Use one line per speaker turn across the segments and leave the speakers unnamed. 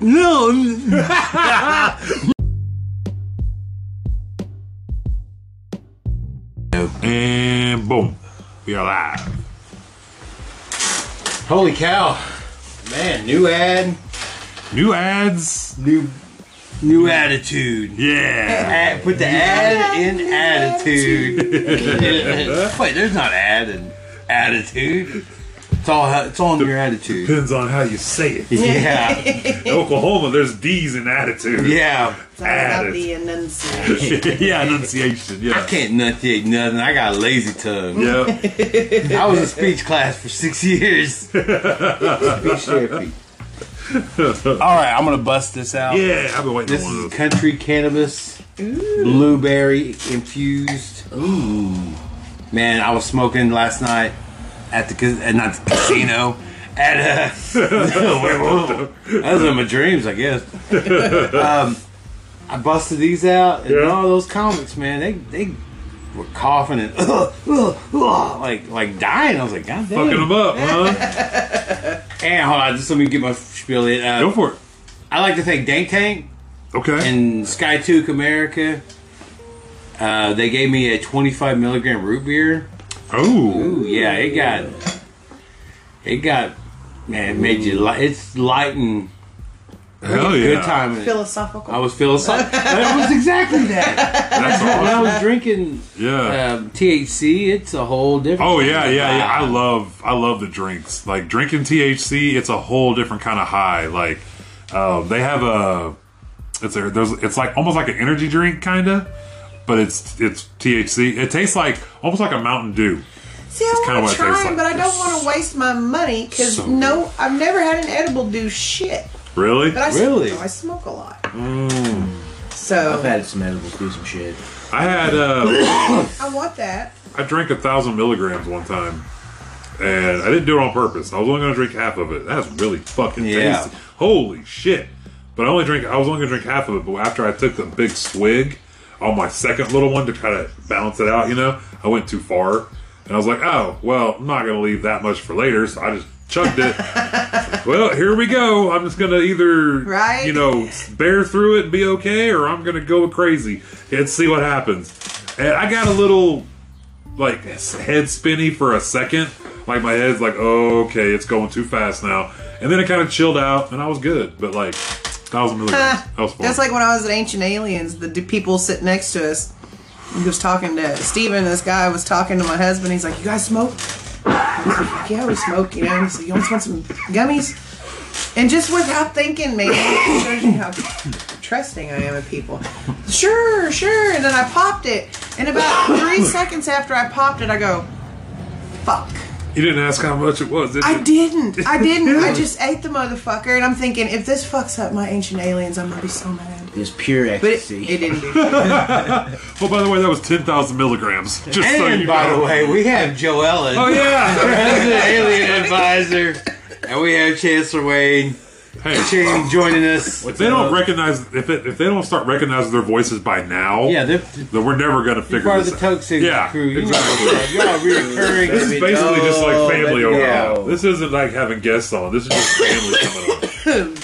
No.
And boom, we are live.
Holy cow. Man, new ad,
New ads.
new new attitude.
Yeah.
Ad, put the ad in attitude. Wait, there's not ad in attitude. It's all it's all in your attitude.
Depends on how you say it.
Yeah.
In Oklahoma, there's D's in attitude.
Yeah.
It's all about
Added.
the enunciation.
yeah, enunciation.
I
Yeah.
can't enunciate nothing. I got a lazy tongue.
Yeah.
I was in speech class for six years. speech therapy. All right, I'm gonna bust this out.
Yeah. I've been waiting
This
on one
is
of those.
country cannabis, blueberry infused. Ooh, man, I was smoking last night at the ca- uh, not the casino at uh, those are my dreams, I guess. Um, I busted these out, and
Yeah.
all those comics, man, they they were coughing and uh, uh, uh, like like dying. I was like, God damn!
Fucking them up, huh?
And hold on, just let me get my spiel in.
Go
Uh,
for it.
I like to thank Dank Tank.
Okay.
in Sky Took America, uh, they gave me a 25 milligram root beer.
oh.
Ooh, yeah, it got, it got, man, it made you light. It's light and
Hell yeah.
good time. in it.
Philosophical.
I was feeling something. that was exactly that.
That's
When I
awesome.
was drinking
Yeah.
um, THC, it's a whole different.
Oh yeah, yeah, yeah. I
vibe.
love I love the drinks. Like drinking THC, it's a whole different kind of high. Like um, they have a it's a there's it's like almost like an energy drink kinda, but it's it's THC. It tastes like almost like a Mountain Dew.
See, I
kinda
want
what
to
it
try
tastes
them,
like.
but I don't want to waste my money because
So
no, I've never had an edible do shit.
Really? Mm.
But I s-
Really?
no, I smoke a lot. So
I've had some edibles do some shit.
I had uh
I want that.
I drank a thousand milligrams one time. And I didn't do it on purpose. I was only gonna drink half of it. That's really fucking
Yeah.
tasty. Holy shit. But I only drink I was only gonna drink half of it, but after I took a big swig on my second little one to try to balance it out, you know, I went too far. And I was like, oh, well, I'm not gonna leave that much for later, so I just chugged it. well, here we go. I'm just gonna either
Right.
you know, bear through it and be okay, or I'm gonna go crazy and see what happens. And I got a little like head spinny for a second. Like my head's like, oh, okay, it's going too fast now. And then it kind of chilled out, and I was good. But like, thousand milligrams, that was fun.
Uh, That's like when I was at Ancient Aliens, the d- people sitting next to us. He was talking to Steven, this guy was talking to my husband. He's like, You guys smoke? I was like, Yeah, we smoke, you know. He's like, You almost want some gummies? And just without thinking, man, it shows you how trusting I am of people. Sure, sure. And then I popped it. And about three seconds after I popped it, I go, Fuck.
you didn't ask how much it was. Did
I
you?
didn't. I didn't. I just ate the motherfucker, and I'm thinking, if this fucks up my ancient aliens, I'm gonna be so mad.
It's pure
But it,
ecstasy.
it didn't. Do
Oh, by the way, that was ten thousand milligrams. Just so
And
you
by
know.
the way, we have Joe Ellen,
Oh yeah.
president alien advisor, and we have Chancellor Wayne.
hey,
Shane joining us.
if they don't recognize if it, if they don't start recognizing their voices by now,
Yeah, they're
then we're never gonna figure
part of
this
the
out.
Toke Sing
Yeah,
crew. You
exactly.
know, y'all reoccurring.
This is basically just like
Oh,
family
baby,
over.
yeah.
This isn't like having guests on. This is just family coming on.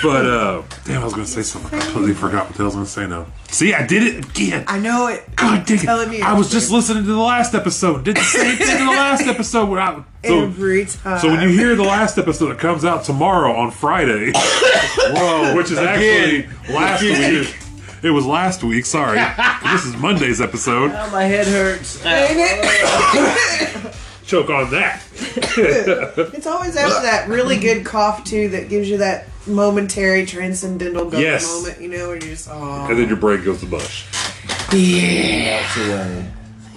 But uh, damn, I was gonna say something. I completely forgot what I was gonna say now. See, I did it again.
I know it.
God dang
telling
it!
you.
I was just listening to the last episode. Did the same thing in the last episode. Where I, so,
Every time.
so when you hear the last episode, it comes out tomorrow on Friday,
Whoa,
which is actually last week. It was last week. Sorry, this is Monday's episode.
oh, my head hurts.
Ain't it?
Choke on that.
It's always after that really good cough too that gives you that momentary transcendental gut
Yes.
moment, you know, where you're just oh
And then your brain goes to mush.
yeah.
Melts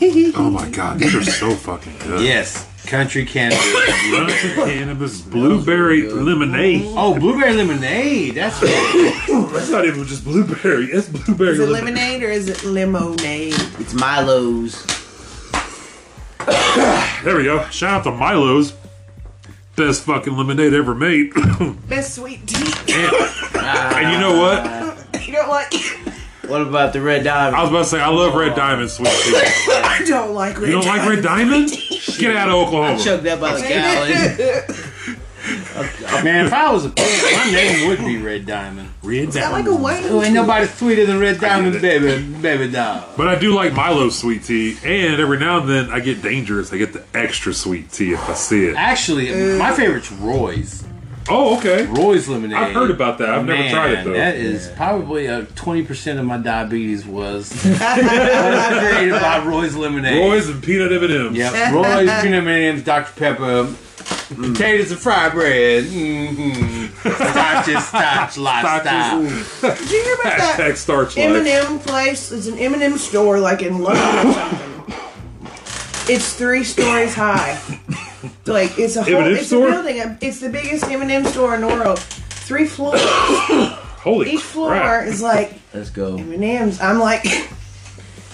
away.
Oh my god, these are so fucking good.
Yes, country cannabis.
Country cannabis blueberry lemonade.
oh, blueberry lemonade. That's what
That's not even just blueberry. It's blueberry
Is it
lemonade.
lemonade or is it limonade?
It's Milo's.
There we go. Shout out to Milo's. Best fucking lemonade ever made. and
Best sweet tea.
you know what?
you don't like.
What about the red
I
diamond?
was about to say I love red diamond sweet tea.
I don't like.
You don't like red diamond? Get out of Oklahoma.
Chugged that by the gallon.
Man, if I was a pimp, my name would be Red Diamond.
Red
Is that like a
Diamond.
Wayne?
Ooh, Oh, ain't nobody sweeter than Red Diamond,
get
baby, baby doll.
But I do like Milo's sweet tea, and every now and then I get dangerous. I get the extra sweet tea if I see it.
Actually,
Uh,
my favorite's Roy's.
Oh, okay.
Roy's lemonade.
I've heard about that. I've never
Man,
tried it though.
That is probably a twenty percent of my diabetes was was created by Roy's lemonade.
Roy's and peanut M&Ms.
Yep. Mm. Roy's peanut M&Ms, Dr Pepper, potatoes and fried bread. Mm-hmm. Starches, starch, lifestyle.
Did you hear about that
Hashtag starch life.
M&M place? It's an M&M store like in London or something. It's three stories high. Like it's a whole,
M&M
it's
store?
a building. It's the biggest M&M store in the world. Three floors.
Holy
Each floor
crap.
is like
Let's go.
M&Ms. I'm like,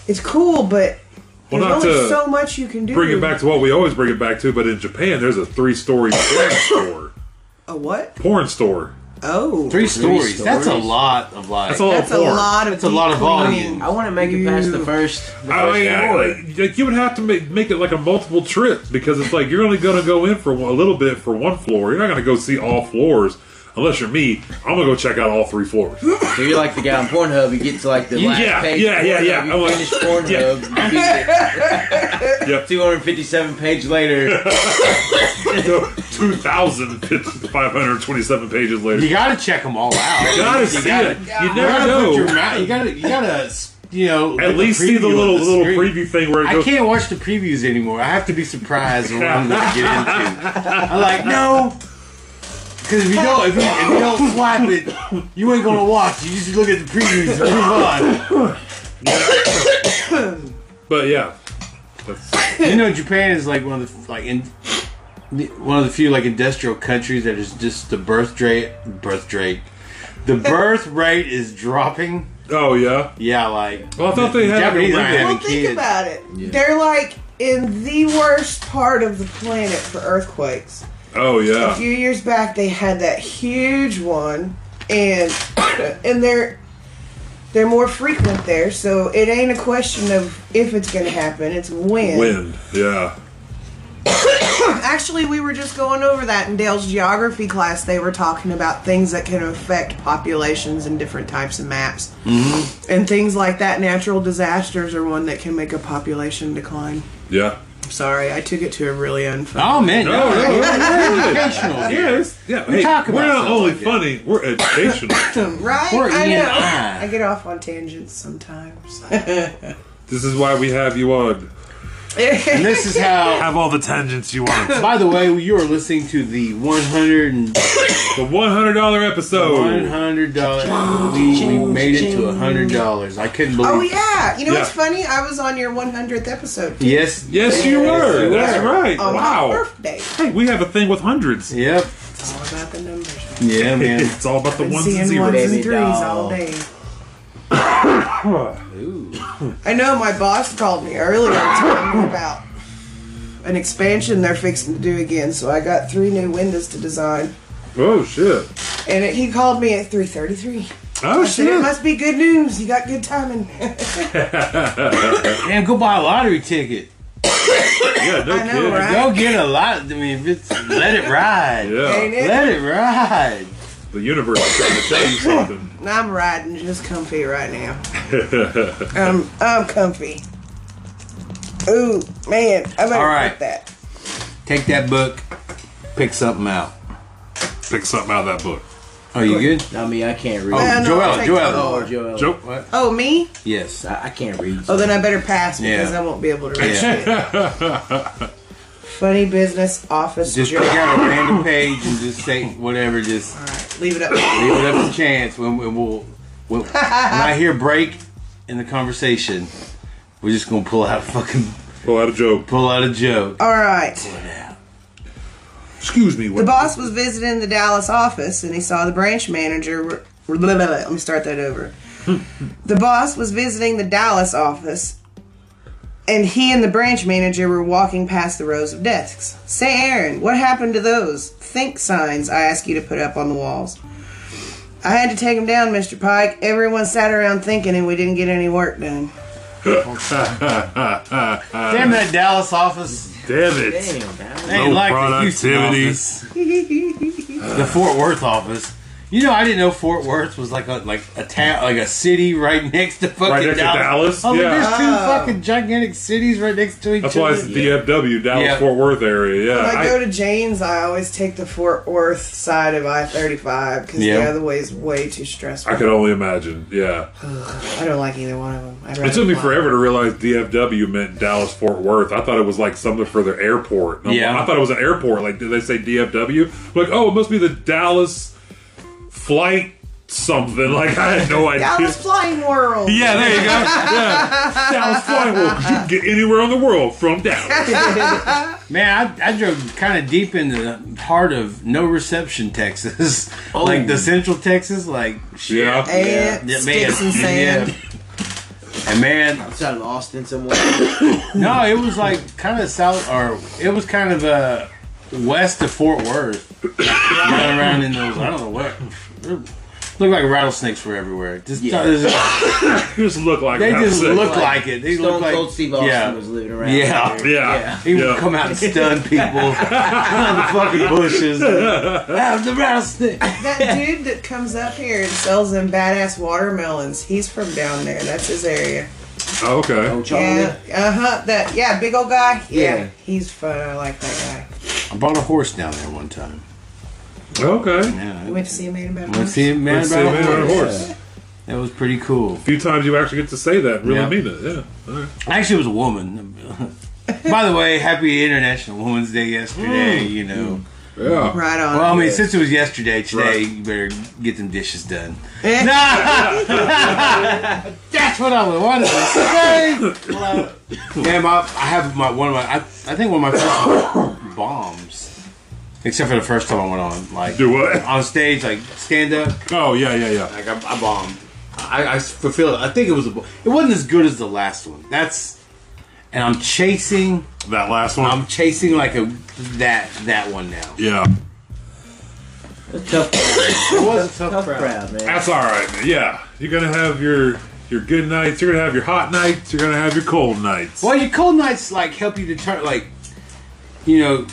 it's cool, but
Well,
there's
not
only
to
so much you can do.
bring it back to what we always bring it back to, but in Japan, there's a three-story porn store.
A what?
Porn store.
Oh,
Three stories. That's a
stories.
lot of life.
That's a lot
That's
of
a
porn.
lot of.
That's a lot of
deep cleaning.
volume.
I want to make it past the first. The
I
first
mean, I-
hour.
like, like, you would have to make, make it like a multiple trip because it's like you're only going to go in for one, a little bit for one floor. You're not going to go see all floors unless you're me. I'm going to go check out all three floors.
So you're like the guy on Pornhub. You get to like the last
Yeah,
page.
yeah,
of
yeah, yeah.
Pornhub,
I'm
You
like,
finish Pornhub. you beat
yep.
it. 257 page later.
2,527 pages later.
You gotta check them all out.
You gotta
You
see
gotta-
it.
You
You
gotta
never
put your
know.
mouth. You gotta. You gotta. You know.
At
look
least see
preview
the
on
little little
screen.
preview thing where it
I
goes.
can't watch the previews anymore. I have to be surprised when I'm gonna get into. I'm like, no, because if you don't, if you, if you don't swipe it, you ain't gonna watch. You just look at the previews and move
But yeah, that's,
on. You know, Japan is like one of the like in one of the few like industrial countries that is just the birth rate. Birth rate. The birth rate is dropping.
oh yeah.
Yeah, like.
Well, I thought they had like,
Japanese
a
are
rack.
Well,
having
think
kids.
about it. They're like in the worst part of the planet for earthquakes.
Oh
A
yeah.
few years back, they had that huge one, and and they're they're more frequent there, so it ain't a question of if it's gonna happen; it's when.
Wind. Yeah.
Actually, we were just going over that in Dale's geography class. They were talking about things that can affect populations and different types of maps, mm-hmm. and things like that. Natural disasters are one that can make a population decline.
Yeah.
I'm sorry, I took it to a really unfun.
Oh man, no,
No, no, no, no, no.
educational.
Yeah, it's, yeah.
We
hey,
talk
we're
about
not
stuff
only
like that.
funny, we're educational.
Right?
Or
I
E and
know.
I.
I get off on tangents sometimes.
this is why we have you on.
And this is how.
Have all the tangents you want.
By the way, you are listening to the 100 and
The one hundred dollar episode.
$100. We, we made it to $100. I couldn't believe
oh yeah, you know
Mm. Yeah.
what's funny? I was on your 100th episode.
it. Yes.
Yes, you were.
you
That's
were.
right.
On my
wow.
birthday.
Hey, we have a thing with hundreds.
Yep.
It's all about the numbers.
Yeah, man.
It's all about the
Been
ones and
seeing
zeros.
ones and
Baby
threes
doll.
all day. I know my boss called me earlier talking about an expansion they're fixing to do again, so I got three new windows to design.
Oh shit.
And it, he called me at 3:33.
Oh
I said it
shit.
must be good news. You got good timing.
Damn, go buy a lottery ticket.
Yeah, no
I know,
kidding.
right?
Go get a lot. I mean, if it's, let it ride.
Yeah.
Ain't it?
Let it ride.
The universe is trying to tell you something.
I'm riding just comfy right now. I'm I'm comfy. Ooh man, I better
All right.
put that.
Take that book. Pick something out.
Pick something out of that book.
Are you good?
I mean, I can't read.
Oh,
Uh, no,
Joella,
I'll take
Joella.
Oh, Joel.
Joke.
Oh me?
Yes.
I, I can't read.
Oh then I better pass because
Yeah.
I won't be able to read
Yeah.
shit. Funny business office
Just
job.
pick out a random page and just say whatever. Just
All right, leave it up.
Leave it up to chance when, when we'll when, when I hear break in the conversation. We're just gonna pull out a fucking
Pull out Oh, a joke.
pull out a joke.
All right.
Excuse me.
The
What?
boss was visiting the Dallas office and he saw the branch manager. Blah, blah, blah. Let me start that over. the boss was visiting the Dallas office and he and the branch manager were walking past the rows of desks. Say, Aaron, what happened to those think signs I asked you to put up on the walls? I had to take them down, Mr. Pike. Everyone sat around thinking and we didn't get any work done.
Damn that Dallas office.
Damn it.
Damn, that
I
No
like the Houston
productivity.
office. the Fort Worth office. You know, I didn't know Fort Worth was like a like a town, like a city right next to fucking
Right next to
Dallas.
Dallas?
Oh,
Yeah.
there's two fucking gigantic cities right next to each
That's why
other.
it's DFW, Dallas
Yeah.
Fort Worth area. Yeah,
When I,
I-
go to Jane's, I always take the Fort Worth side of I 35 because
Yeah.
the other way is way too stressful.
I
I,
could only imagine. Yeah,
don't like either one of them. I'd
it
rather
took me
fly.
forever to realize DFW meant Dallas Fort Worth. I thought it was like something for their airport. And I'm
Yeah.
like- I thought it was an airport. Like, did they say DFW? I'm like, oh, it must be the Dallas flight something. Like, I had no idea.
Dallas Flying World.
yeah, there you go. Yeah, Dallas flight world. 'cause You can get anywhere in the world from Dallas.
Man, I, I drove kind of deep into the heart of no reception Texas,
Oh.
like the central Texas, like shit.
Yeah.
And
Yeah,
sticks and sand.
yeah. And man,
outside of Austin somewhere.
no, it was like kind of south, or it was kind of uh, west of Fort Worth. Running around in those, I don't know what. Looked like rattlesnakes were everywhere. Just,
Yeah.
You just look like
they
that.
just
Sick.
looked like it. They
Stone
looked like
Cold Steve Austin
yeah.
was living around.
Yeah.
there.
Yeah.
He would
Yeah.
come out and stun people in the fucking bushes. Out of the rattlesnake.
That dude that comes up here and sells them badass watermelons, he's from down there. That's his area.
Oh, okay.
Oh, Charlie.
Yeah. Uh huh. That yeah, big old guy. Yeah.
Yeah.
He's fun. I like that
I bought a horse down there one time.
Okay.
Yeah.
guy. You went to see a man about
Went to see a man
Let's see,
about a
man on a
horse.
horse.
That was pretty cool.
few times you actually get to say that, and really
Yeah.
mean it. Yeah. All right.
Actually, it was a woman. By the way, happy International Women's Day yesterday,
Mm.
you know.
Yeah.
Right on.
Well, I mean, since it was yesterday, today,
Right.
you better get them dishes done.
Eh.
That's what I wanted to say. Yeah, my, I have my one of my, I, I think one of my first bombs, except for the first time I went on, like,
Do what?
on stage, like, stand up.
Oh yeah, yeah, yeah.
Like I, I bombed. I, I fulfilled. I think it was. A, bo- it wasn't as good as the last one. That's. And I'm chasing.
That last one.
I'm chasing like a that that one now.
yeah.
Tough, tough,
It was a tough crowd.
crowd, man.
That's all right, man. Yeah. You're gonna have your your good nights. You're gonna have your hot nights. You're gonna have your cold nights.
Well, your cold nights like help you deter like, you know,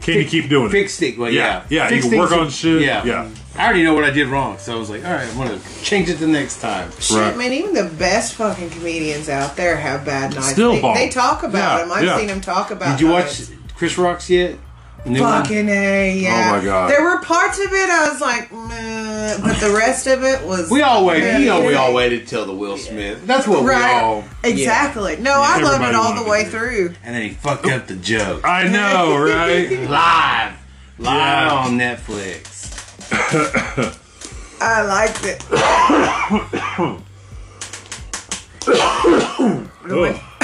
Can you keep doing
fix it. Well,
it?
yeah,
Yeah. Yeah.
Fix
you can work
things-
on shit.
Yeah.
Yeah.
I already know what I did wrong, so I was like, all right, I'm gonna change it the next time.
Shit,
Right.
man, even the best fucking comedians out there have bad nights.
Still
they,
bomb.
they talk about
Yeah,
them. I've
yeah.
seen them talk about
Did you
how
watch
it's
Chris Rock's yet? The new one?
Fucking A, yeah.
Oh my God.
There were parts of it I was like, Meh, but the rest of it was.
We all waited. You know, we all
Yeah.
waited till the Will Smith. That's what we
Right.
all.
Exactly. No, I
Everybody
loved it all
wanted
the
to
way
do it.
through.
And then he fucked up the joke.
I know, right?
Live. Live
Yeah.
on Netflix.
I liked it.
Ugh.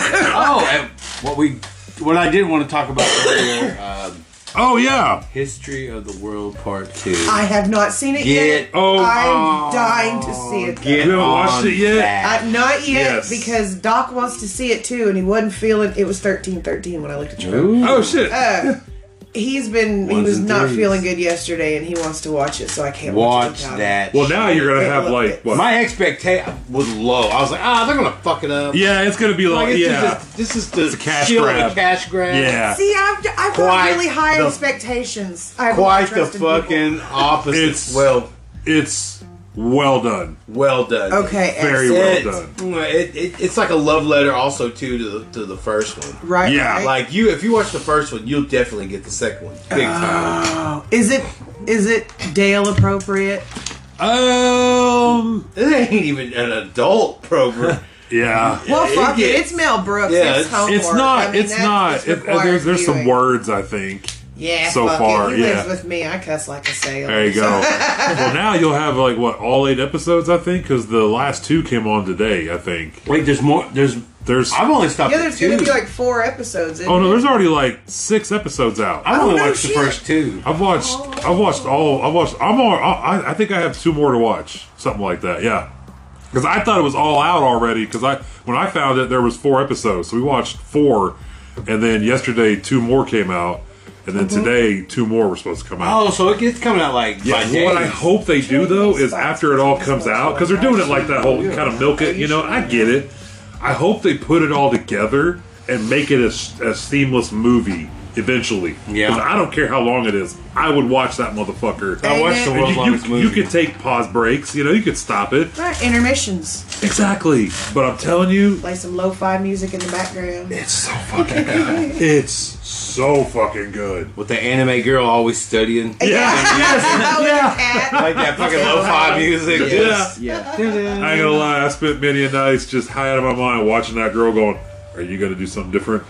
Oh, and what we what I did want to talk about earlier, uh,
oh yeah.
History of the World Part Two.
I have not seen it
Get
yet.
oh,
I'm dying to see it. though.
Get
You haven't
on
watched it yet?
that.
Uh, not yet,
Yes.
because Doc wants to see it too, and he wasn't feeling. It was thirteen thirteen when I looked at you.
Oh shit.
Uh, he's been he
Ones
was
and
not
threes.
feeling good yesterday, and he wants to watch it, so I can't
Watch
watch, it.
that.
well, now you're gonna
take a
have
look
like
at-
what?
my expectation was low. I was like, ah, they're gonna fuck it up.
yeah, it's gonna be
Like,
like,
it's
yeah,
just- this is the
a cash
shield of
grab.
a cash grab.
yeah.
See, I've I've got
Quite
really high
the-
expectations. I have a lot
Quite
of
the
trust in people.
fucking opposite.
It's-
well,
It's well done.
well done.
Okay,
Very
excellent.
well
It's- mm,
done.
It, it, it's like a love letter, also too, to the, to the first one.
Right.
Yeah,
right.
Like you, if you watch the first one, you'll definitely get the second one. Big time.
is it is it Dale appropriate?
Um.
This ain't even an adult program.
Yeah.
Well,
it
fuck it.
gets-
It's Mel Brooks.
Yeah,
it's,
it's-
homework.
It's not.
I mean,
it's
that's-
not.
it's
It, uh, there's there's some
required
words I think.
viewing. Yeah.
so
fuck
far,
It. He
yeah.
lives with me. I cuss like a sailor.
There you go. well, now you'll have like what all eight episodes, I think, because the last two came on today. I think
Wait, there's more. There's.
there's.
I've only stopped.
Yeah,
at
there's
two.
gonna be like four episodes. isn't
oh no,
there?
there's already like six episodes out.
I've
Oh,
only
no
watched
shit.
the first two.
I've watched. I've watched all. I've watched. I'm all. I, I think I have two more to watch. Something like that. Yeah. Because I thought it was all out already. Because I when I found it, there was four episodes. So we watched four, and then yesterday two more came out, and then today two more were supposed to come out.
Oh, so it gets coming out like
Yeah,
by
well, what I
days.
hope they do though is after it all comes out, because they're doing it like that whole kind of milk it, you know. I get it. I hope they put it all together and make it a, a seamless movie eventually.
Yeah.
'Cause I don't care how long it is. I would watch that motherfucker.
Dang
I watched the
it.
world's
you,
longest
you, you
movie.
could take pause breaks. You know, you could stop it.
Right, intermissions.
Exactly. But I'm telling you,
Play some lo-fi music in the background.
it's so fucking good. It's so fucking good.
With the anime girl always studying.
Yeah.
Oh, with
Yeah.
a cat.
Like that fucking lo-fi music.
Yeah.
Yeah.
I ain't gonna lie, I spent many a nights just high out of my mind watching that girl going, Are you gonna do something different?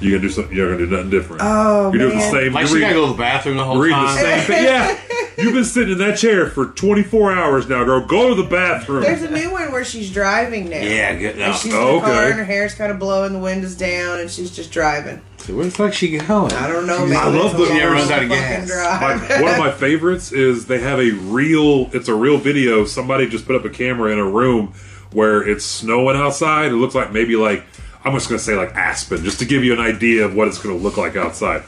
You gonna do something you're gonna do nothing different.
Oh,
You're doing the
man.
same
Like
you're
she gotta
reading-
go to the bathroom the whole
reading
time.
the same thing. Yeah. You've been sitting in that chair for twenty four hours now, girl. Go to the bathroom.
There's a new one where she's driving now.
Yeah, good.
And
No.
she's
Oh,
in the car
okay.
and her hair's kind of blowing, the wind is down, and she's just driving.
So Oh, where the fuck's she going?
I don't know, man.
I love the-
It's a
Yeah,
long
runs out of
fucking
gas.
drive.
my, one of my favorites is they have a real it's a real video somebody just put up a camera in a room where it's snowing outside it looks like maybe like i'm just gonna say like aspen just to give you an idea of what it's gonna look like outside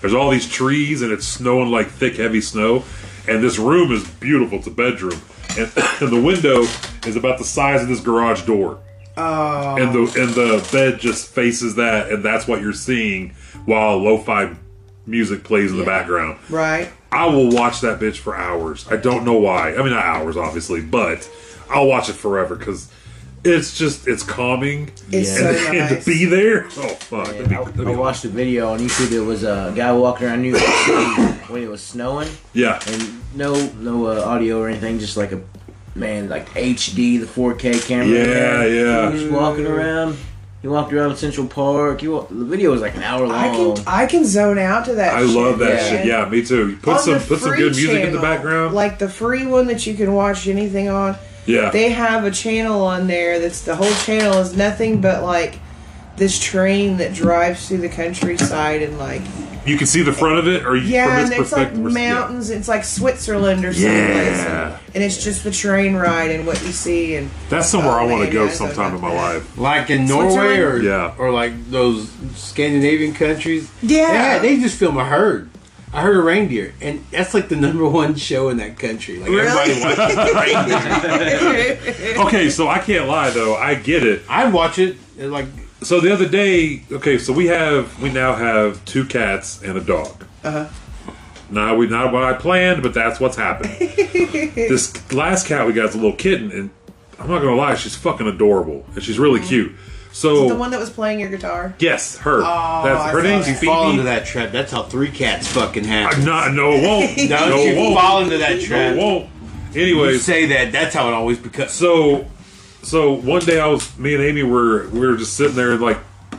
there's all these trees and it's snowing like thick heavy snow and this room is beautiful it's a bedroom and, and the window is about the size of this garage door and the and the bed just faces that and that's what you're seeing while lo-fi music plays in the background
Right.
I will watch that bitch for hours. I don't know why. I mean, not hours, obviously, but I'll watch it forever because it's just it's calming.
It's
and,
so
and
nice.
to be there, oh fuck, that'd be,
I,
that'd be
I watched a video on YouTube. There was a guy walking around New York City when it was snowing,
yeah,
and no, no uh, audio or anything. Just like a man, like HD, the 4K camera.
Yeah,
man.
yeah.
He was walking around. He walked around Central Park. He walked, the video was like an hour
I
long.
can I can zone out to that.
Oh. I love that
yeah.
shit. Yeah, me too. Put
On
some
the
put some
free
good music in the
channel,
background.
like the free one that you can watch anything on.
yeah,
They have a channel on there that's the whole channel is nothing but like this train that drives through the countryside and like
you can see the front of it, or you,
yeah,
from
and
his
it's like
perspective. yeah.
mountains. It's like Switzerland or someplace,
Yeah.
and, and it's just the train ride and what you see and
That's somewhere
Oh,
I want
man,
to go
that's so
sometime in my
nice.
life.
Like in
Switzerland?
Norway or
Yeah.
or like those Scandinavian countries.
Yeah.
they just film a herd. I heard a reindeer, and that's like the number one show in that country. Like everybody watches.
Okay, so I can't lie though. I get it.
I watch it and like
So the other day, okay, so we have we now have two cats and a dog. Uh huh.
Uh-huh.
Now we not what I planned, but that's what's happened. this last cat we got is a little kitten, and I'm not gonna lie, she's fucking adorable and she's really cute. So
Mm-hmm. the one that was playing your guitar.
yes, her.
I
that's her
saw
name's
that.
you
Phoebe.
fall into that trap. That's how three cats fucking happen.
No, no, it won't.
No,
no,
you
it won't.
fall into that
No, it
trap.
won't.
You
Anyways,
say that. That's how it always becomes.
so so one day I was me and Amy were we were just sitting there and like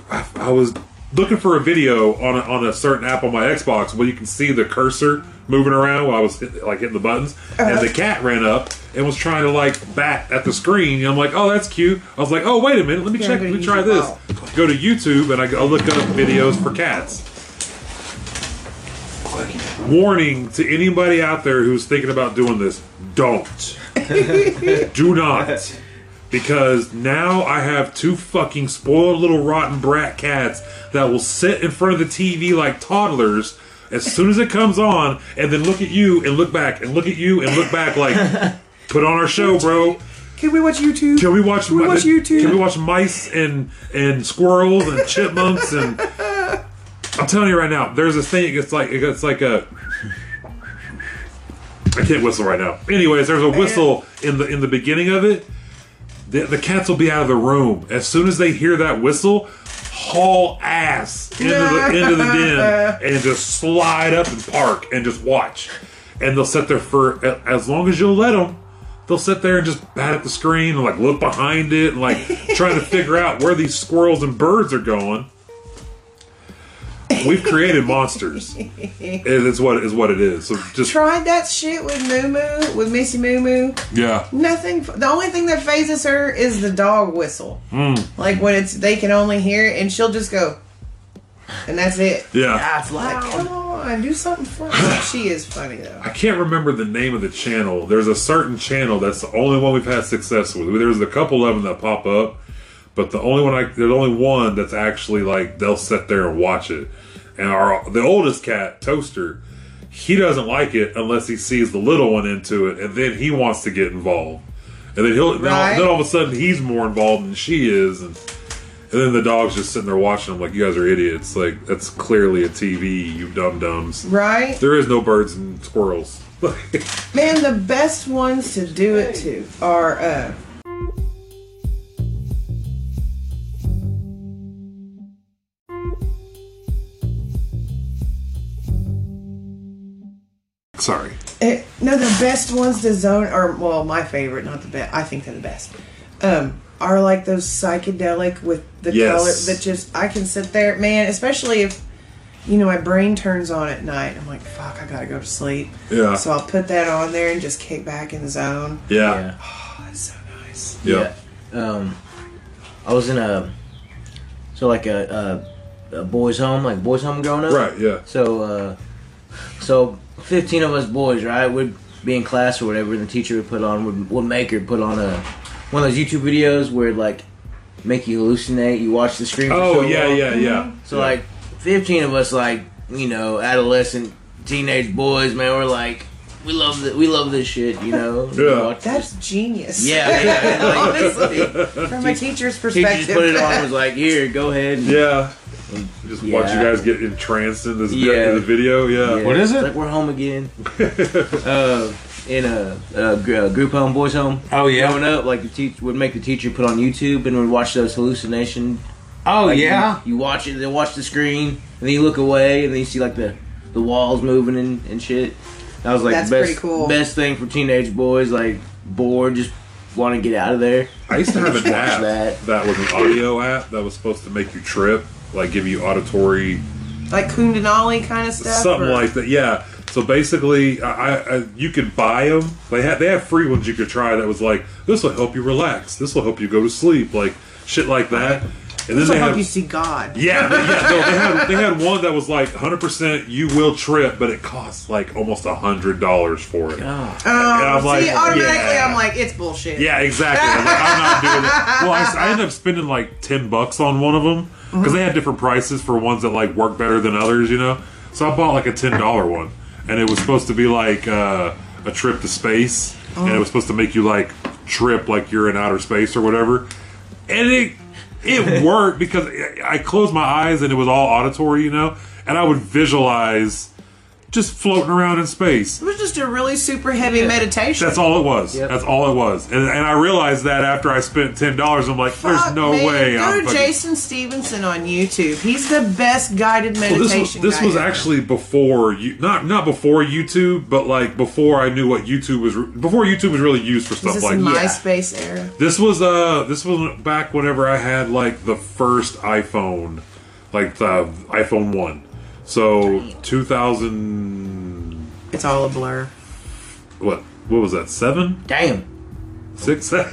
I, I was looking for a video on a, on a certain app on my Xbox where you can see the cursor moving around while I was hit, like hitting the buttons
Uh-huh.
and the cat ran up and was trying to like bat at the screen and I'm like oh that's cute I was like oh wait a minute let me
Yeah,
check
go to
let me try
YouTube.
this
Wow.
go to YouTube and I go I look up videos for cats warning to anybody out there who's thinking about doing this don't do not because now i have two fucking spoiled little rotten brat cats that will sit in front of the tv like toddlers as soon as it comes on and then look at you and look back and look at you and look back like put on our show bro
Can we watch YouTube?
can we watch?
we watch YouTube?
Can we watch mice and and squirrels and chipmunks and? I'm telling you right now, there's a thing. It's like it's like a. I can't whistle right now. Anyways, there's a whistle in the in the beginning of it. The, the cats will be out of the room as soon as they hear that whistle. Haul ass into the into the den and just slide up and park and just watch, and they'll sit there for a- as long as you'll let them they'll sit there and just bat at the screen and like look behind it and like trying to figure out where these squirrels and birds are going. We've created monsters. It is what is what it is. So just
Tried that shit with Moo Moo, with Missy Moo Moo.
yeah,
Nothing. The only thing that phases her is the dog whistle.
Hmm.
Like when it's they can only hear it, and she'll just go, and that's it.
yeah.
That's
Like,
loud.
come on, do something funny. she is funny though.
I can't remember the name of the channel. There's a certain channel that's the only one we've had success with. There's a couple of them that pop up, but the only one I there's only one that's actually like they'll sit there and watch it. And our the oldest cat, Toaster, he doesn't like it unless he sees the little one into it, and then he wants to get involved. And then he'll then all-
Right.
then all of a sudden he's more involved than she is, and And then the dog's just sitting there watching them like, you guys are idiots. Like, that's clearly a TV, you dum dums.
Right?
There is no birds and squirrels.
Man, the best ones to do it to are uh
Sorry.
Eh, no, the best ones to zone are well, my favorite, not the best. I think they're the best. Um, are like those psychedelic with the
Yes.
color that just I can sit there, man. Especially if you know my brain turns on at night. I'm like, fuck, I gotta go to sleep.
Yeah.
So I'll put that on there and just kick back in the zone.
Yeah.
Yeah.
Oh, that's so nice.
Yeah.
Um, I was in a so like a, a, a boys' home, like boys' home growing up.
Right, yeah.
So, uh, so fifteen of us boys, right? Would be in class or whatever, and the teacher would put on would, would make her put on a one of those YouTube videos where like make you hallucinate. You watch the screen. For
Oh,
so
yeah,
long.
yeah, yeah.
So like fifteen of us, like you know, adolescent teenage boys, man, we're like. We love the, we love this shit, you know. We
Yeah.
watch this
That's genius.
yeah, yeah. Honestly,
From a teacher's
he just
perspective.
put it on. and Was like, here, go ahead. and-
Yeah. Just watch you
Mm-hmm. Yeah.
guys get entranced in this
Yeah.
in the video. Yeah.
What is
It's
it?
Like we're home again. uh, in a, a, gr- a group home, boys home.
Oh
Growing
yeah.
up, like the teach would make the teacher put on YouTube and would watch those hallucination.
Oh
like,
yeah.
You, you watch it, then watch the screen, and then you look away, and then you see like the the walls moving and, and shit. That was like
That's
the best
pretty cool.
best thing for teenage boys, like bored, just want to get out of there.
I used to have an app that.
that.
was an audio app that was supposed to make you trip, like give you auditory
like Kundalini kind of stuff.
something
or-
like that. Yeah. So basically, I, I- I you could buy them. They had they have free ones you could try. That was like this will help you relax. This will help you go to sleep. Like shit like that. And then
This will
they
help
have
oh, you see God.
Yeah, they- yeah, no, they had they had one that was like 100 percent you will trip, but it costs like almost a hundred dollars for it.
Oh,
Yeah, I'm like,
see, automatically
yeah.
I'm like, it's bullshit.
Yeah, exactly. I'm, like, I'm not doing it. Well, I, s- I ended up spending like ten bucks on one of them because they had different prices for ones that like work better than others, you know. So I bought like a ten dollar one, and it was supposed to be like uh, a trip to space, and it was supposed to make you like trip like you're in outer space or whatever. And it it worked because I- I closed my eyes and it was all auditory, you know, and I would visualize just floating around in space.
It was just a really super heavy meditation.
That's all it was.
Yep.
That's all it was. And, and I realized that after I spent ten dollars, I'm like, there's
Fuck,
no
man.
way.
Go
I'm
to
fucking-
Jason Stevenson on YouTube. He's the best guided meditation.
Well, this was, this
guy
was
ever.
actually before you, not not before YouTube, but like before I knew what YouTube was. re- Before YouTube was really used for
Is
stuff
this
like
in
that.
MySpace era?
This was uh this was back whenever I had like the first iPhone, like the iPhone one. So 2000
It's all a blur.
what what was that seven
Damn.
six seven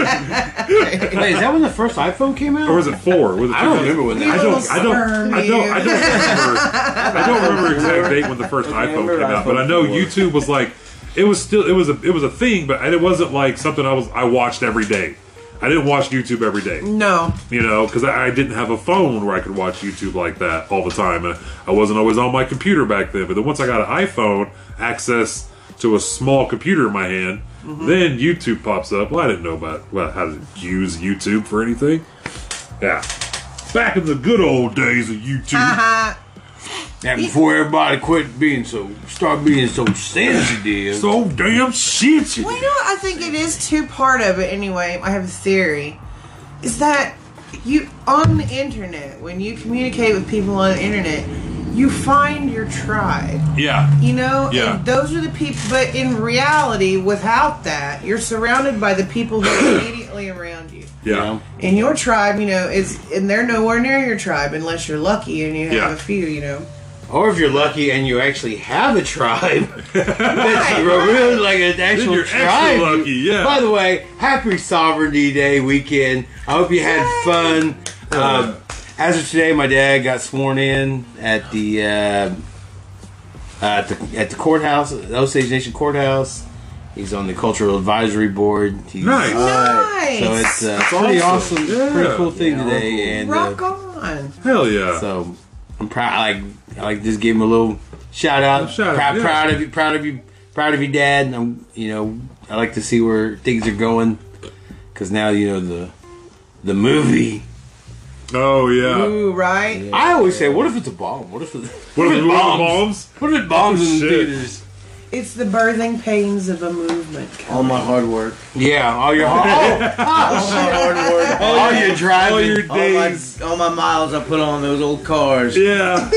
Wait, is that when the first iPhone came out?
or was it four? Was it
I don't remember when that.
I
Little
don't, I don't,
sperm
I don't,
you.
I don't remember. I don't remember the exact date when the first iPhone came out, but I know YouTube was like, it was still, it was a, it was a thing, but it wasn't like something I was, I watched every day. I didn't watch YouTube every day,
No.
you know, because I, I didn't have a phone where I could watch YouTube like that all the time, and I wasn't always on my computer back then. But then once I got an iPhone, access to a small computer in my hand, then YouTube pops up. Well, I didn't know about well, how to use YouTube for anything. Yeah. Back in the good old days of YouTube.
Uh,
Yeah, before everybody quit being so, start being so sensitive.
So damn shit.
well, you know what? I think it is two part of it anyway. I have a theory. Is that you on the internet, when you communicate with people on the internet, you find your tribe.
Yeah.
You know,
Yeah.
and those are the people. But in reality, without that, you're surrounded by the people who are immediately around you.
Yeah.
And your tribe, you know, is and they're nowhere near your tribe unless you're lucky and you have
Yeah.
a few, you know.
Or if you're lucky and you actually have a tribe, that's
Right,
really like an actual
you're extra
tribe.
lucky, yeah.
By the way, happy Sovereignty Day weekend. I hope you had fun. Um, as of today, my dad got sworn in at the uh, at the at the courthouse, the Osage Nation courthouse. He's on the cultural advisory board. He's,
Nice.
Nice.
So it's uh, pretty awesome,
awesome. Yeah.
pretty cool thing today. And uh,
Rock on.
Hell yeah.
so I'm proud. I Like I like just give him a little shout out.
Shout out,
proud,
yeah.
proud of you. Proud of you. Proud of your dad. And I'm, you know, I like to see where things are going because now you know the the movie.
Oh yeah.
Ooh, right?
I always say, what if it's a bomb? What if it,
What if it bombs? bombs?
What if it bombs in the
Shit.
theaters?
It's the birthing pains of a movement.
Oh.
All my hard work.
Yeah, all your all,
All my hard work.
all, your driving.
All your
All my,
days.
all my miles I put on those old cars.
Yeah.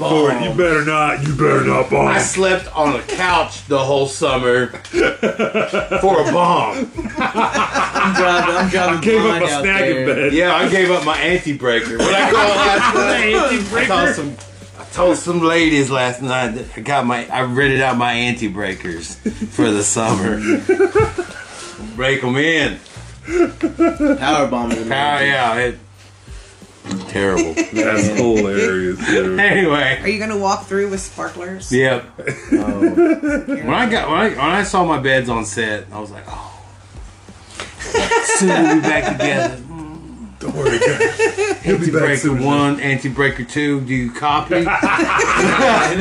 Lord, you
Bomb.
better not. You better not bomb.
I slept on a couch the whole summer for a bomb.
I'm driving, I'm driving
Gave up
blind
my
out
snagging
there.
bed.
Yeah, I gave up my anti breaker. What I call it last night? I told some, I told some ladies last night that I got my, I rented out my anti breakers for the summer. Break them in.
Power bombing.
Ah, yeah, it, terrible.
That's hilarious. Dude.
anyway,
Are you gonna walk through with sparklers?
yep.
Um,
When I got when I, when I saw my beds on set, I was like, oh, soon we'll be back together.
Don't worry, guys. He'll be back
Breaker
soon.
one, anti breaker two. Do you copy?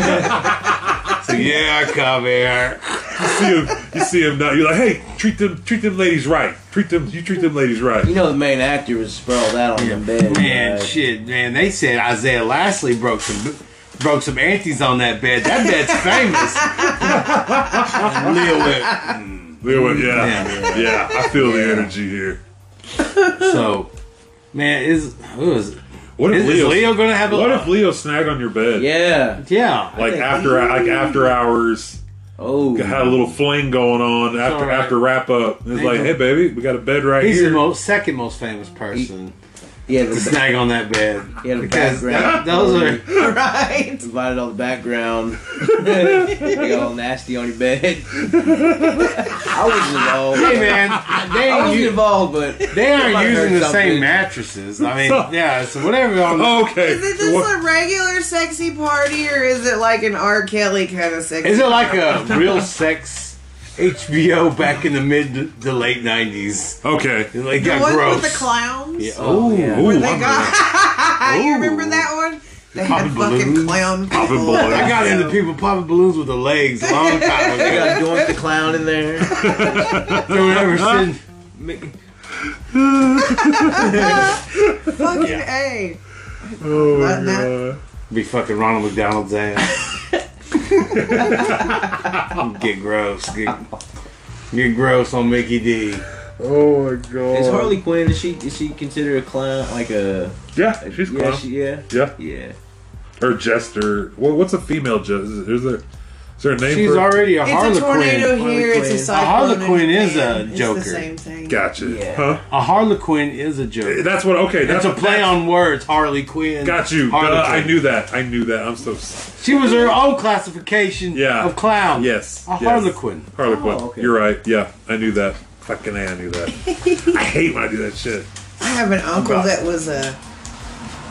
so yeah, I copy. all right.
You see him. You see him now. You're like, hey, treat them. Treat them ladies right. Treat them. You treat them ladies right.
You know the main actor was sprawled out on the bed.
Man,
right?
shit, man. They said Isaiah Lashley broke some broke some anties on that bed. That bed's famous. And Leo went,
They went, yeah,
Yeah.
yeah. I feel the energy here.
So, man, is who is
What if
is, is
Leo?
Leo gonna have a
what if Leo snagged on your bed?
Yeah.
yeah?
Like
think-
after, like after hours.
Oh.
had a little fling going on after
alright.
after wrap up. It's like, hey baby, we got a bed right
He's the
here.
most second most famous person
He had
to
the,
snag on that bed
he had the
because that,
background.
those are.
Right?
Provided all the background. you got all nasty on your bed. I wasn't
Hey man,
involved.
they
I
ain't
wasn't
you,
involved, but
They are
Somebody
using
heard
the
something.
same mattresses. I mean, yeah, so whatever. On the,
okay.
Is it just
What-
a regular sexy party or is it like an R. Kelly kind of sexy
is it like a real sex HBO back in the mid to late nineties?
okay.
It
The
got
one
gross.
with the clowns?
Yeah.
Oh,
Oh,
yeah.
Ooh,
They
I'm
got you remember
Ooh.
that one? They
Popping
had fucking
balloons.
clown people.
balloons.
I got into people popping balloons with the legs a long time
you
ago.
got Doink the Clown in there.
They were never sitting- make-
fucking A.
oh my
Not that.
God.
Be fucking Ronald McDonald's ass. get gross. Get, get gross on Mickey D.
Oh my god.
Is Harley Quinn? Is she? Is she considered a clown? Like a?
Yeah, she's
yeah,
clown.
She, yeah.
yeah,
Yeah.
or jester. What, what's a female jester? Is there is there a name
She's
for?
already a
It's a tornado
harlequin.
here, it's a
Harlequin.
A
cyclone.
harlequin
in
is a
Japan.
joker.
It's the same thing.
Gotcha.
Yeah.
Huh?
A harlequin is a joke.
That's what. Okay.
That's
That's
a play on words, Harley Quinn.
Got you.
Harley
Duh, I
Quinn.
knew that. I knew that. I'm so. s-
She was her own classification
Yeah.
of clown.
Yes.
A
yes.
harlequin.
Oh, Harley Quinn.
Oh, okay.
You're right. Yeah, I knew that. Fucking A, I knew that. I hate when I do that shit.
I have an uncle that was a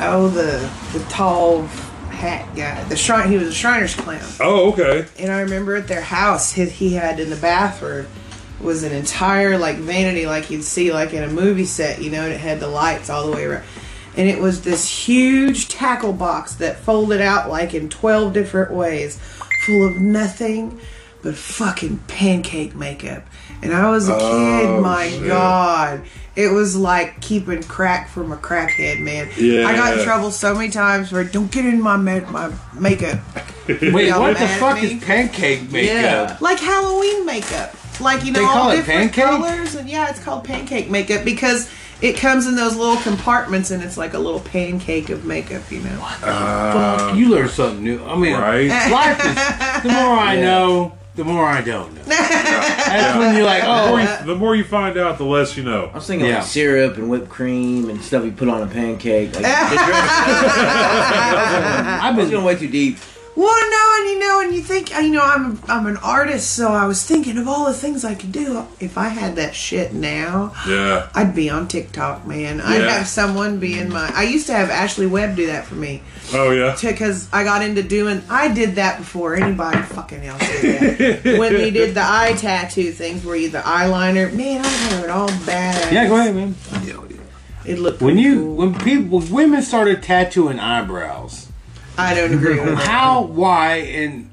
oh the the tall hat guy. The shrine he was a Shriner's clown.
Oh, okay.
And I remember at their house, his, he had in the bathroom was an entire like vanity, like you'd see like in a movie set, you know, and it had the lights all the way around. And it was this huge tackle box that folded out like in 12 different ways, full of nothing but fucking pancake makeup. And I was a kid, my God. It was like keeping crack from a crackhead, man. I got
Yeah.
in trouble so many times for don't get in my, ma- my makeup.
Wait,
Y'all
what the
mad at
fuck
me?
is pancake makeup?
Yeah.
like Halloween makeup. Like you know,
They call
all
it
different
pancake?
colors, and yeah, it's called pancake makeup because it comes in those little compartments, and it's like a little pancake of makeup, you know.
Fuck, you learn something new. I mean,
Right.
life is, the more I know, the more I don't know. That's when you're like,
The more,
oh,
you, the more you find out, the less you know.
I was thinking
Yeah.
like syrup and whipped cream and stuff you put on a pancake. Like,
Ah!
I
I've
was
been.
going way too deep.
Well, no, and you know, and you think, uh, you know, I'm I'm an artist, so I was thinking of all the things I could do if I had that shit now.
Yeah.
I'd be on TikTok, man. I'd
Yeah.
have someone be in my. I used to have Ashley Webb do that for me.
Oh yeah.
because I got into doing. I did that before anybody fucking else did that. when we did the eye tattoo things, where you the eyeliner, man, I have it all bad.
Yeah, go ahead, man.
It looked.
When you
cool.
when people when women started tattooing eyebrows,
I don't agree with that.
how, why, and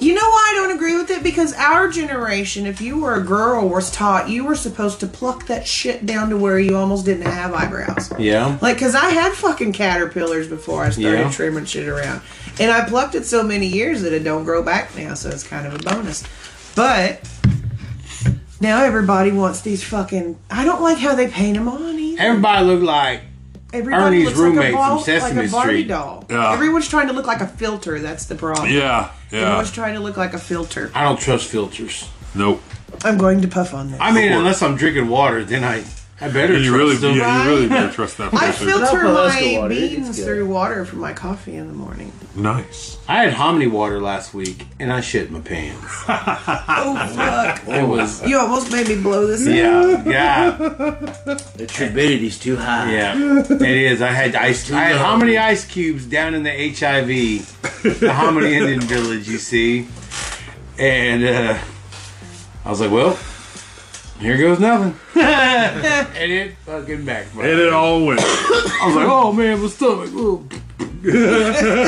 You know why I don't agree with it? Because our generation, if you were a girl, was taught you were supposed to pluck that shit down to where you almost didn't have eyebrows.
Yeah.
Like, cause I had fucking caterpillars before I started
Yeah.
trimming shit around, and I plucked it so many years that it don't grow back now, so it's kind of a bonus. But now everybody wants these fucking. I don't like how they paint them on either.
Everybody look like
Everybody
Ernie's
looks like
roommate
a
from
ball,
Sesame
like a Barbie
Street.
doll.
Yeah.
Everyone's trying to look like a filter. That's the problem.
Yeah, yeah.
Everyone's trying to look like a filter.
I don't trust filters.
Nope.
I'm going to puff on this.
I mean, unless I'm drinking water, then I I better
You
trust
really,
them.
yeah, you really better trust that
I
person.
filter
Not Tabasco
my
water, it's
beans
good.
through water for my coffee in the morning.
nice.
I had hominy water last week, and I shit my pants.
Oh fuck!
It was
You almost made me blow this. up.
yeah, yeah,
The turbidity's too high.
yeah. It is. I had ice. I had hominy ice cubes down in the HIV, the hominy Indian village. You see, and uh, I was like, well, here goes nothing, and it fucking backfired.
And it all went.
I was like, oh man, my stomach. Ooh.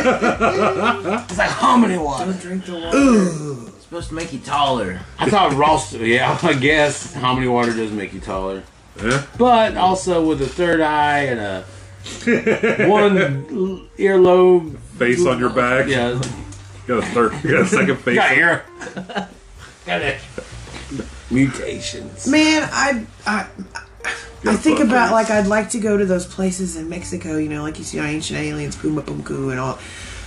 it's like hominy water.
Don't drink the water.
It's supposed to make you taller.
I thought Ross, yeah, I guess hominy water does make you taller.
Yeah.
But also with a third eye and a one l- earlobe.
Face on your back.
Yeah.
Got a third. Got a second face.
Got ear. Got it. Mutations.
Man, I I, I
Got
think
butt
about
face.
like I'd like to go to ththose places in Mexico. You know, like you see on Ancient Aliens, Puma Pumku, and all.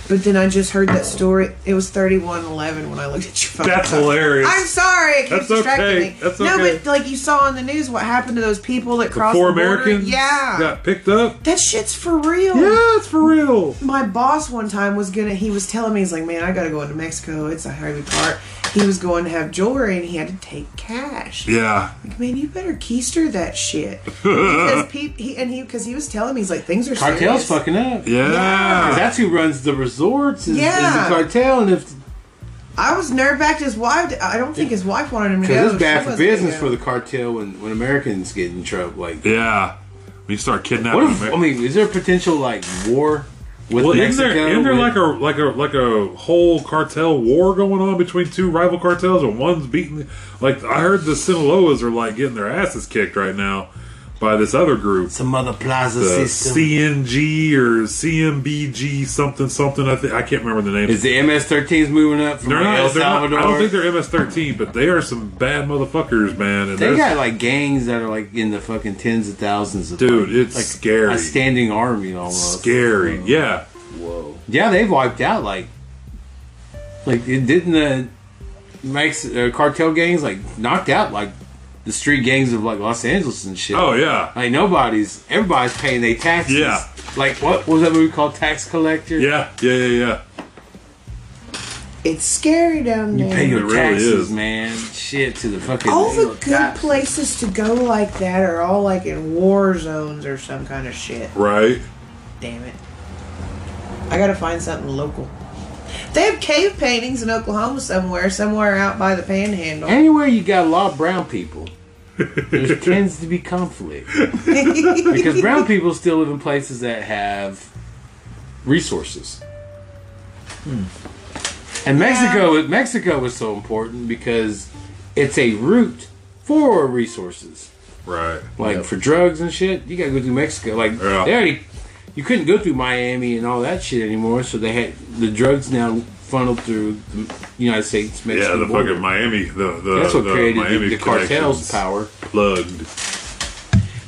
But then I just heard that story. It was thirty-one eleven when I looked at your phone.
That's hilarious.
I'm sorry, it keeps
That's
distracting
okay.
me.
That's
no,
okay.
but like you saw on the news, what happened to those people that
The
crossed
four
the border?
Americans
Yeah,
got picked up.
that shit's for real.
Yeah, it's for real.
my boss one time was gonna he was telling me he's like man i gotta go into mexico it's a heavy part he was going to have jewelry and he had to take cash
Yeah.
like man you better keister that shit because pe- he and he because he was telling me he's like things are
Cartel's
serious.
fucking up.
Yeah.
'Cause That's who runs the resorts is, is
Yeah.
the cartel, and if
i was nerve backed his wife i don't think his wife wanted him to go
because it's bad
She
for
wasn't
business for
gonna go.
the cartel when, when Americans get in trouble. Like,
Yeah. When you start kidnapping.
what if?
Amer-
I mean, is there potential like war with
well, isn't
Mexico?
there, isn't there
with-
like a like a like a whole cartel war going on between two rival cartels, or one's beating? Like I heard the Sinaloas are like getting their asses kicked right now by this other group.
some other plaza
the
system?
CNG or CMBG something something. I think I can't remember the name.
Is the MS-13s moving up from
they're
like, El
not, they're not-
Salvador?
I don't think they're MS-13, but they are some bad motherfuckers, man. And
They
there's-
got like gangs that are like in the fucking tens of thousands of
Dude,
like-
it's
like
scary.
A Oh. standing army almost.
scary. Yeah,
Yeah, they've wiped out like like it didn't the Mex uh, cartel gangs like knocked out like the street gangs of like Los Angeles and shit.
Oh, yeah.
Like nobody's everybody's paying their taxes.
Yeah.
Like what, what was that movie called Tax Collector?
yeah, yeah, yeah, yeah.
it's scary down there
Pay your
It really
taxes,
is.
man. Shit to the fucking
all the good
God.
places to go like that are all like in war zones or some kind of shit
Right.
Damn it. I gotta find something local. They have cave paintings in Oklahoma somewhere, somewhere out by the panhandle.
Anywhere you got a lot of brown people, there tends to be conflict. because brown people still live in places that have resources.
Hmm.
And Mexico, Mexico is so important because it's a route for resources,
Right.
like for drugs and shit. You gotta go through Mexico. Like
Yeah.
they already, you couldn't go through Miami and all that shit anymore. So they had the drugs now funneled through the United States. Mexico
Yeah, the
border.
fucking Miami, the, the
That's what
the
created
Miami
the, the cartel's
connections
power.
plugged.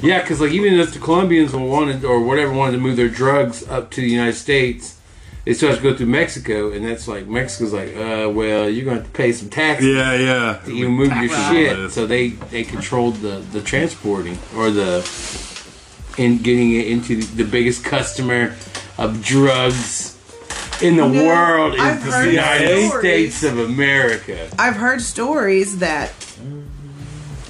Yeah, because like even if the Colombians wanted or whatever wanted to move their drugs up to the United States, they still have to go through Mexico, and that's like Mexico's like, uh, well, you're going to have to pay some taxes
Yeah, yeah.
to even move your
Wow.
shit. So they they controlled the the transporting or the in getting it into the biggest customer of drugs. In the
No,
world is
I've
the
heard
United
stories.
States of America.
I've heard stories that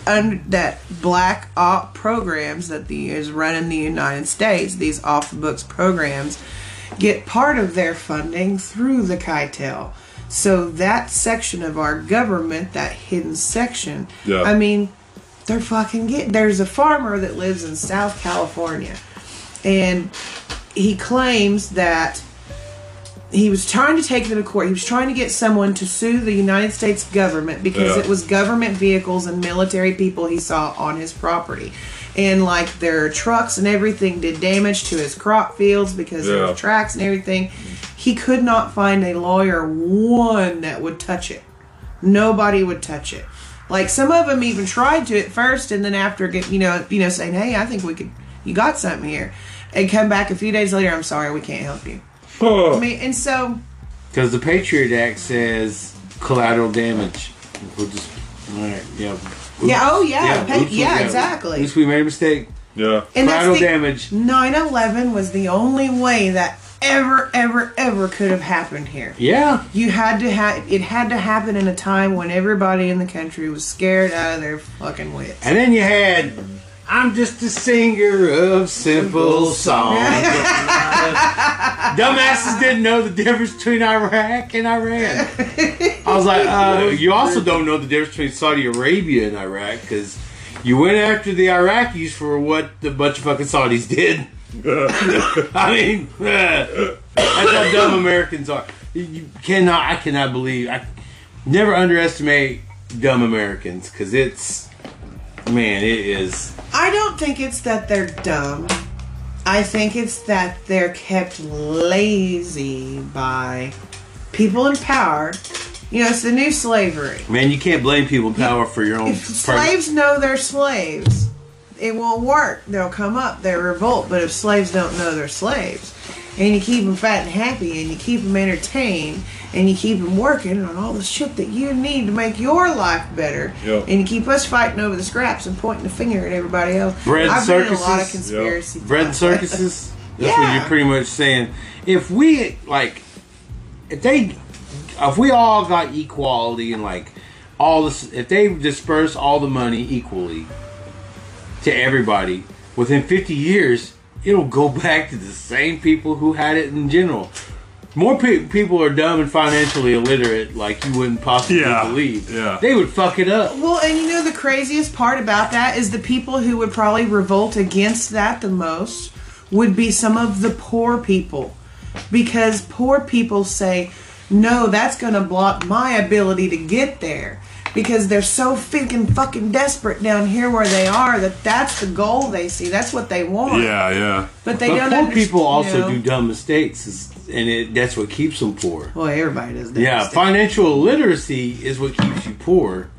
un, that black op programs that the is run in the United States, these off the books programs, get part of their funding through the Kitel. So that section of our government, that hidden section,
Yeah.
I mean, they're fucking get. There's a farmer that lives in South California, and he claims that he was trying to take them to court. He was trying to get someone to sue the United States government because
Yeah.
it was government vehicles and military people he saw on his property. And like their trucks and everything did damage to his crop fields because there
Yeah.
was tracks and everything. He could not find a lawyer one that would touch it. Nobody would touch it. Like some of them even tried to at first, and then after get you know you know saying, "Hey, I think we could," you got something here, and come back a few days later. I'm sorry, we can't help you. I
Oh,
mean, and so
Because the Patriot Act says collateral damage. We'll just. Alright, yeah.
yeah, oh yeah, yeah,
oops, we-
yeah, exactly.
Oops, we made a mistake.
yeah.
And that's
Collateral
the-
damage.
9/11 was the only way that ever, ever, ever could have happened here.
Yeah.
You had to have it had to happen in a time when everybody in the country was scared out of their fucking wits.
And then you had. I'm just a singer of simple songs. Dumbasses didn't know the difference between Iraq and Iran. I was like, uh, you also don't know the difference between Saudi Arabia and Iraq because you went after the Iraqis for what the bunch of fucking Saudis did. I mean, uh, that's how dumb Americans are. You- You cannot, I cannot believe. I never underestimate dumb Americans because it's, man, it is.
I don't think it's that they're dumb. I think it's that they're kept lazy by people in power. You know, it's the new slavery.
Man, you can't blame people in power for your own.
If slaves know they're slaves, it won't work. They'll come up, they'll revolt. But if slaves don't know they're slaves, and you keep them fat and happy, and you keep them entertained, and you keep them working on all the shit that you need to make your life better,
Yeah.
and you keep us fighting over the scraps and pointing the finger at everybody else.
Bread
I've been in a lot of
circuses?
conspiracy.
bread and circuses. That's what
Yeah.
you're pretty much saying. If we like, if they, if we all got equality and like all this, if they disperse all the money equally to everybody within 50 years, it'll go back to the same people who had it in general. More pe- people are dumb and financially illiterate, like you wouldn't possibly
Yeah,
believe.
yeah.
They would fuck it up.
Well, and you know the craziest part about that is the people who would probably revolt against that the most would be some of the poor people. Because poor people say, no, that's going to block my ability to get there. Because they're so freaking fucking desperate down here where they are that that's the goal they see. That's what they want.
Yeah, yeah.
But they
But
don't
poor
underst-
people also
you know.
do dumb mistakes, is- and it, that's what keeps them poor.
Well, everybody does that.
Yeah,
mistake.
financial literacy is what keeps you poor.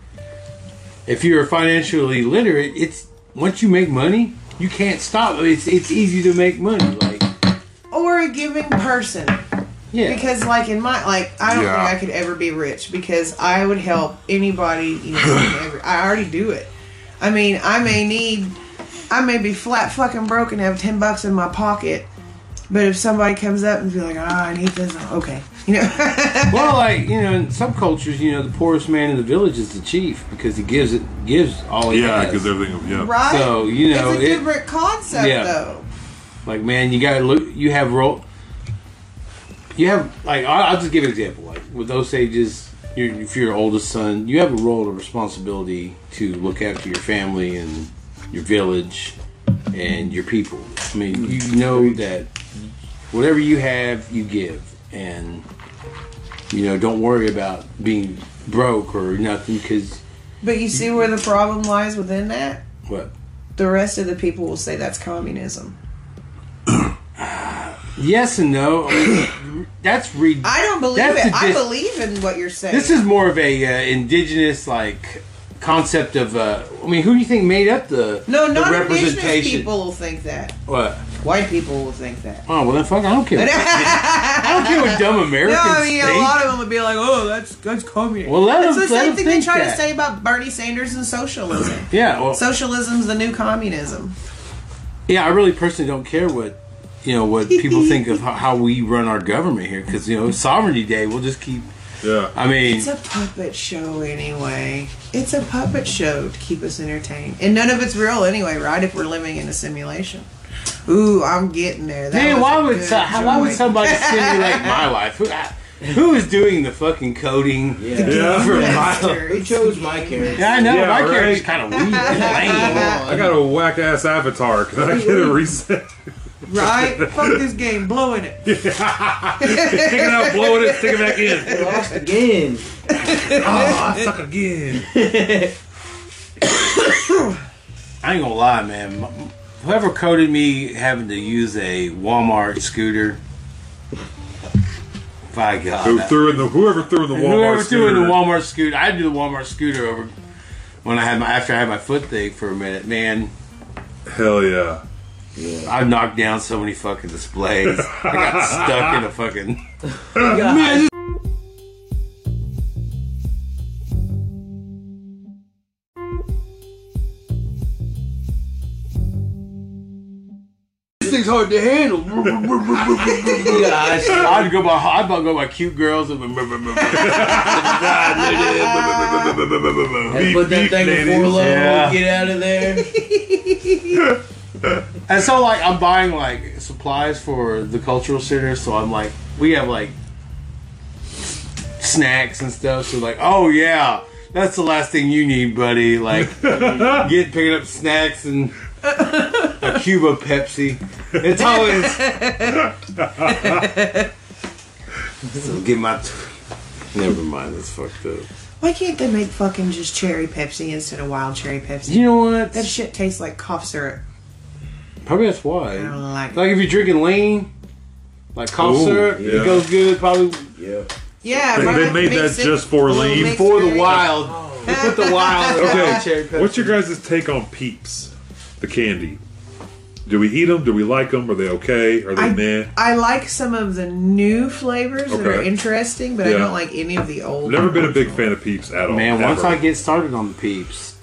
If you're financially literate, it's once you make money, you can't stop. It's it's easy to make money. Like
Or a giving person.
yeah,
Because like in my like I don't
Yeah.
think I could ever be rich because I would help anybody. You know, every, I already do it. I mean, I may need, I may be flat fucking broke and have ten bucks in my pocket, but if somebody comes up and be like, ah, I need this, okay, you know,
well, like you know, in some cultures, you know, the poorest man in the village is the chief because he gives it gives all he
Yeah,
has.
because everything, yeah.
right?
So, you know,
it's a
it-
different concept
Yeah.
though.
Like, man, you gotta look. You have role. You have like I'll, I'll just give an example. Like with Osages, you're, if you're your oldest son, you have a role of responsibility to look after your family and your village and your people. I mean, you know that whatever you have, you give, and you know don't worry about being broke or nothing because
But you see where the problem lies within that.
what.
The rest of the people will say that's communism.
Yes and no. I mean, that's re-
I don't believe
That's
it.
the
I
dis-
believe in what you're saying.
This is more of a uh, indigenous like concept of. Uh, I mean, who do you think made up the
no,
the
not indigenous people will think that.
What?
White people will think that.
Oh well, then fuck. I don't care. What, I don't care what dumb
No,
Americans
I mean
think.
a lot of them would be like, "Oh, that's that's communist."
Well, let
it's
them-
the
let
same
them
thing they
think
try to
that.
say about Bernie Sanders and socialism.
yeah. Well,
Socialism's the new communism.
yeah. I really personally don't care what you know what people think of how, how we run our government here because you know Sovereignty Day. We'll just keep.
Yeah.
I mean,
It's a puppet show anyway. It's a puppet show to keep us entertained, and none of it's real anyway, right? If we're living in a simulation. Ooh, I'm getting there. That
man,
was
why
a
would
good
so, how, why would
joint.
somebody simulate my life? Who, I, who is doing the fucking coding
Yeah.
Yeah.
for my
Master,
Who
it's
chose
the
my
game.
character?
Yeah, I know.
Yeah,
my
right.
character's kind of weird. and lame.
I got a whack ass avatar. Can I get a reset?
right? Fuck this game, blowing it.
Take it out, blow it, stick it back in.
Lost again.
Oh, I suck again.
I ain't gonna lie, man. M- Whoever coded me having to use a Walmart scooter, by God,
Who threw in the whoever threw in the Walmart
whoever threw in the
scooter.
Walmart scooter, I do the Walmart scooter over when I had my after I had my foot thing for a minute, man.
Hell yeah.
I've knocked down so many fucking displays. I got stuck in a fucking.
God.
This thing's hard to handle.
Gosh.
I'd go by I'd go by cute girls and.
And put that thing in four low.
Yeah. Mm,
Get out of there.
And so, like, I'm buying like supplies for the cultural center. So I'm like, we have like snacks and stuff. So like, oh yeah, that's the last thing you need, buddy. Like, get picking up snacks and a Cuba Pepsi. It's always. so get my. Never mind, that's fucked up.
Why can't they make fucking just cherry Pepsi instead of wild cherry Pepsi?
You know what?
That shit tastes like cough syrup.
Probably that's why.
I don't like it.
Like if you're drinking lean, like cough
Ooh,
syrup,
yeah.
it goes good. Probably
Yeah.
Yeah,
They-
right,
they made
mix
that
it
just for
a little
lean.
mixed
for the
berry.
wild. They put the wild.
Okay.
Cherry pepper.
What's your guys' take on peeps? The candy. Do we eat them? Do we like them? Are they okay? Are they meh?
I like some of the new flavors that are
Okay.
interesting, but I
Yeah.
don't like any of the old.
Never been a big fan of peeps at all.
Man, once
ever.
I get started on the peeps,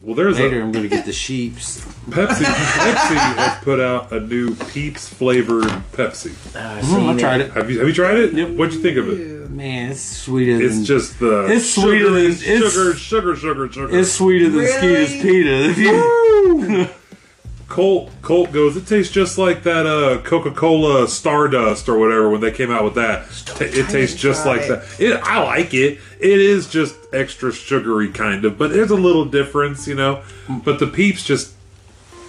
well, there's
later
a
I'm gonna get the sheeps.
Pepsi. Pepsi has put out a new peeps flavored Pepsi.
I
Mm, I tried it.
Have you Have you tried it? What'd you think of it?
Man, it's sweeter. than,
It's just the
It's
sugar,
sweeter than-
is
it's-
sugar, sugar, sugar, sugar.
it's sweeter than
Really?
Skeeter's pita. If you-
Colt Colt goes. It tastes just like that uh, Coca Cola Stardust or whatever when they came out with that. Ta- it tastes just
try
like
it.
that. It I like it. It is just extra sugary kind of, but there's a little difference, you know. But the peeps just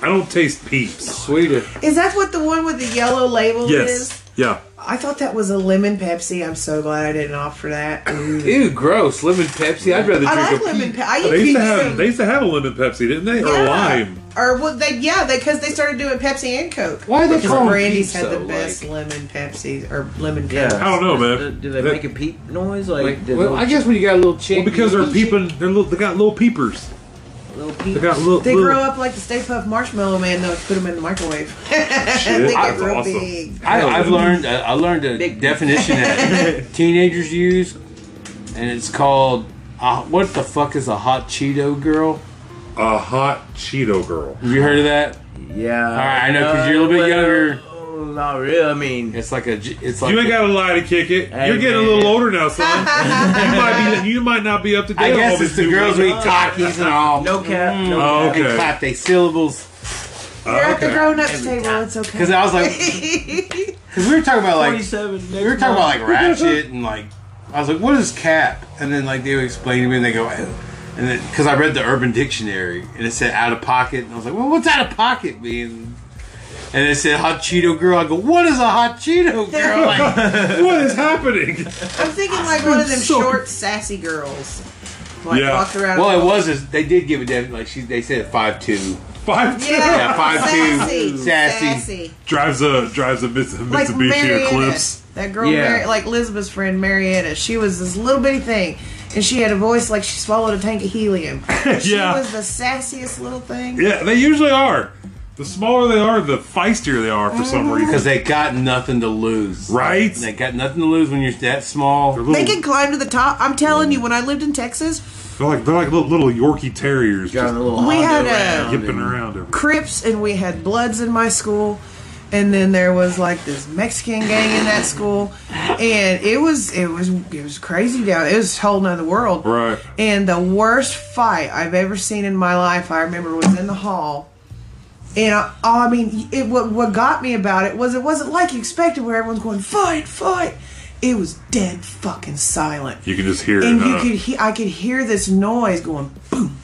I don't taste peeps.
sweeter.
Is that what the one with the yellow label is?
Yes. Yeah.
I thought that was a lemon Pepsi. I'm so glad I didn't opt for that.
Ew, gross. Lemon Pepsi. I'd rather
I
drink
like
a
lemon
peep.
Pepsi. I eat
They used to
peach
have
from-
they used to have a lemon Pepsi, didn't they?
yeah.
Or lime.
Or well, they yeah, because they started doing Pepsi and Coke.
Why are they
Because
calling
Brandy's
peeps,
had the
though,
best
like-
lemon Pepsi or lemon
Yeah.
Coke.
I don't know, man.
Do, do they
That-
make a peep noise? Like,
Like,
the
well,
little
I guess when you got a little chick.
Well, because they're peeping. They're little, they got little peepers.
little
They
peep.
got little.
They
little,
grow up like the Stay Puft Marshmallow Man, though. if you Put them in the microwave. they get
That's
real
awesome.
big.
I, I've learned. Uh, I learned a
Big-
definition that teenagers use, and it's called uh, "What the fuck is a hot Cheeto girl?"
A hot Cheeto girl.
Have you heard of that?
Yeah. All
right, I know, 'cause you're a little bit younger.
Not real. I mean,
It's like a. j- It's like
You ain't got to lie to kick it.
Hey,
You're getting
man.
a little older now, son. you might be. You might not be up to date.
I
on all
guess
these
it's the
new
girls
ones.
with Takis and all.
no cap.
Mm.
No
Oh,
cap.
And
okay.
clap they syllables.
Oh,
You're at the
okay.
grown-ups table. It's okay.
Because I was like, because we were talking about like,
Forty-seven.
we were talking about like ratchet and like, I was like, what is cap? And then like they would explain to me and they go, "Oh." and then because I read the Urban Dictionary and it said out of pocket and I was like, well, what's out of pocket mean? And it said hot Cheeto girl. I go, what is a hot Cheeto girl? Like,
What is happening?
I'm thinking like one of them
So-
short, sassy girls. Like
Yeah.
walked around.
well, it was. is- They did give a def- like she. They said five two.
Five
Yeah,
Yeah, five
sassy,
two,
sassy,
sassy.
drives a drives a Mits-
Like
Mitsubishi
Marietta,
Eclipse.
that girl,
Yeah.
Mari- like Elizabeth's friend Marietta. She was this little bitty thing, and she had a voice like she swallowed a tank of helium. She
Yeah.
was the sassiest little thing.
Yeah, they usually are. The smaller they are, the feistier they are for some
Uh-huh.
reason.
Because they got nothing to lose.
Right?
They got nothing to lose when you're that small.
They're
They
little-
can climb to the top. I'm telling you, when I lived in Texas,
they're like they're like little, little Yorkie terriers
Got a
just
little
We
Honda
had a-
around
yipping
and-
around. everywhere.
Crips and we had Bloods in my school. And then there was like this Mexican gang in that school, and it was it was it was crazy down. It was a whole nother world.
Right.
And the worst fight I've ever seen in my life, I remember, was in the hall. And I, oh, I mean, it, what what got me about it was it wasn't like you expected, where everyone's going fight, fight. It was dead fucking silent
You can just hear it. uh,
and you
huh?
could he- I could hear this noise going boom,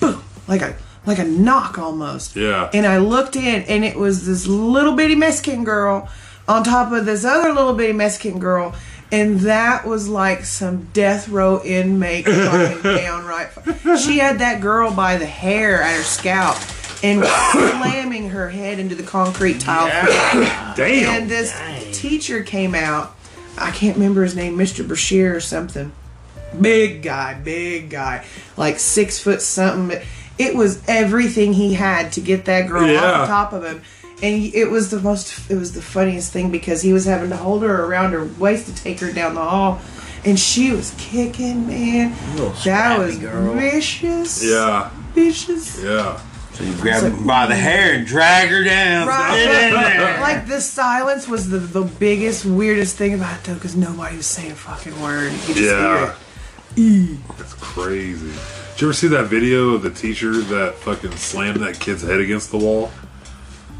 boom, like a like a knock almost.
Yeah.
And I looked in, and it was this little bitty Mexican girl on top of this other little bitty Mexican girl. And that was like some death row inmate fucking downright. fu- She had that girl by the hair at her scalp and was slamming her head into the concrete tile floor.
Damn.
Oh,
And this teacher came out. I can't remember his name, Mr. Bashir or something. Big guy, big guy, like six foot something. It was everything he had to get that girl off
Yeah.
the top of him. And it was the most, it was the funniest thing because he was having to hold her around her waist to take her down the hall. And she was kicking, man.
Little
That
scrappy
was
girl.
vicious.
yeah.
Vicious.
Yeah.
So you grab him by the hair and drag her down.
Right.
Get in there.
Like the silence was the, the biggest weirdest thing about it though, because nobody was saying a fucking word. You could just hear
Yeah.
it.
That's crazy. Did you ever see that video of the teacher that fucking slammed that kid's head against the wall?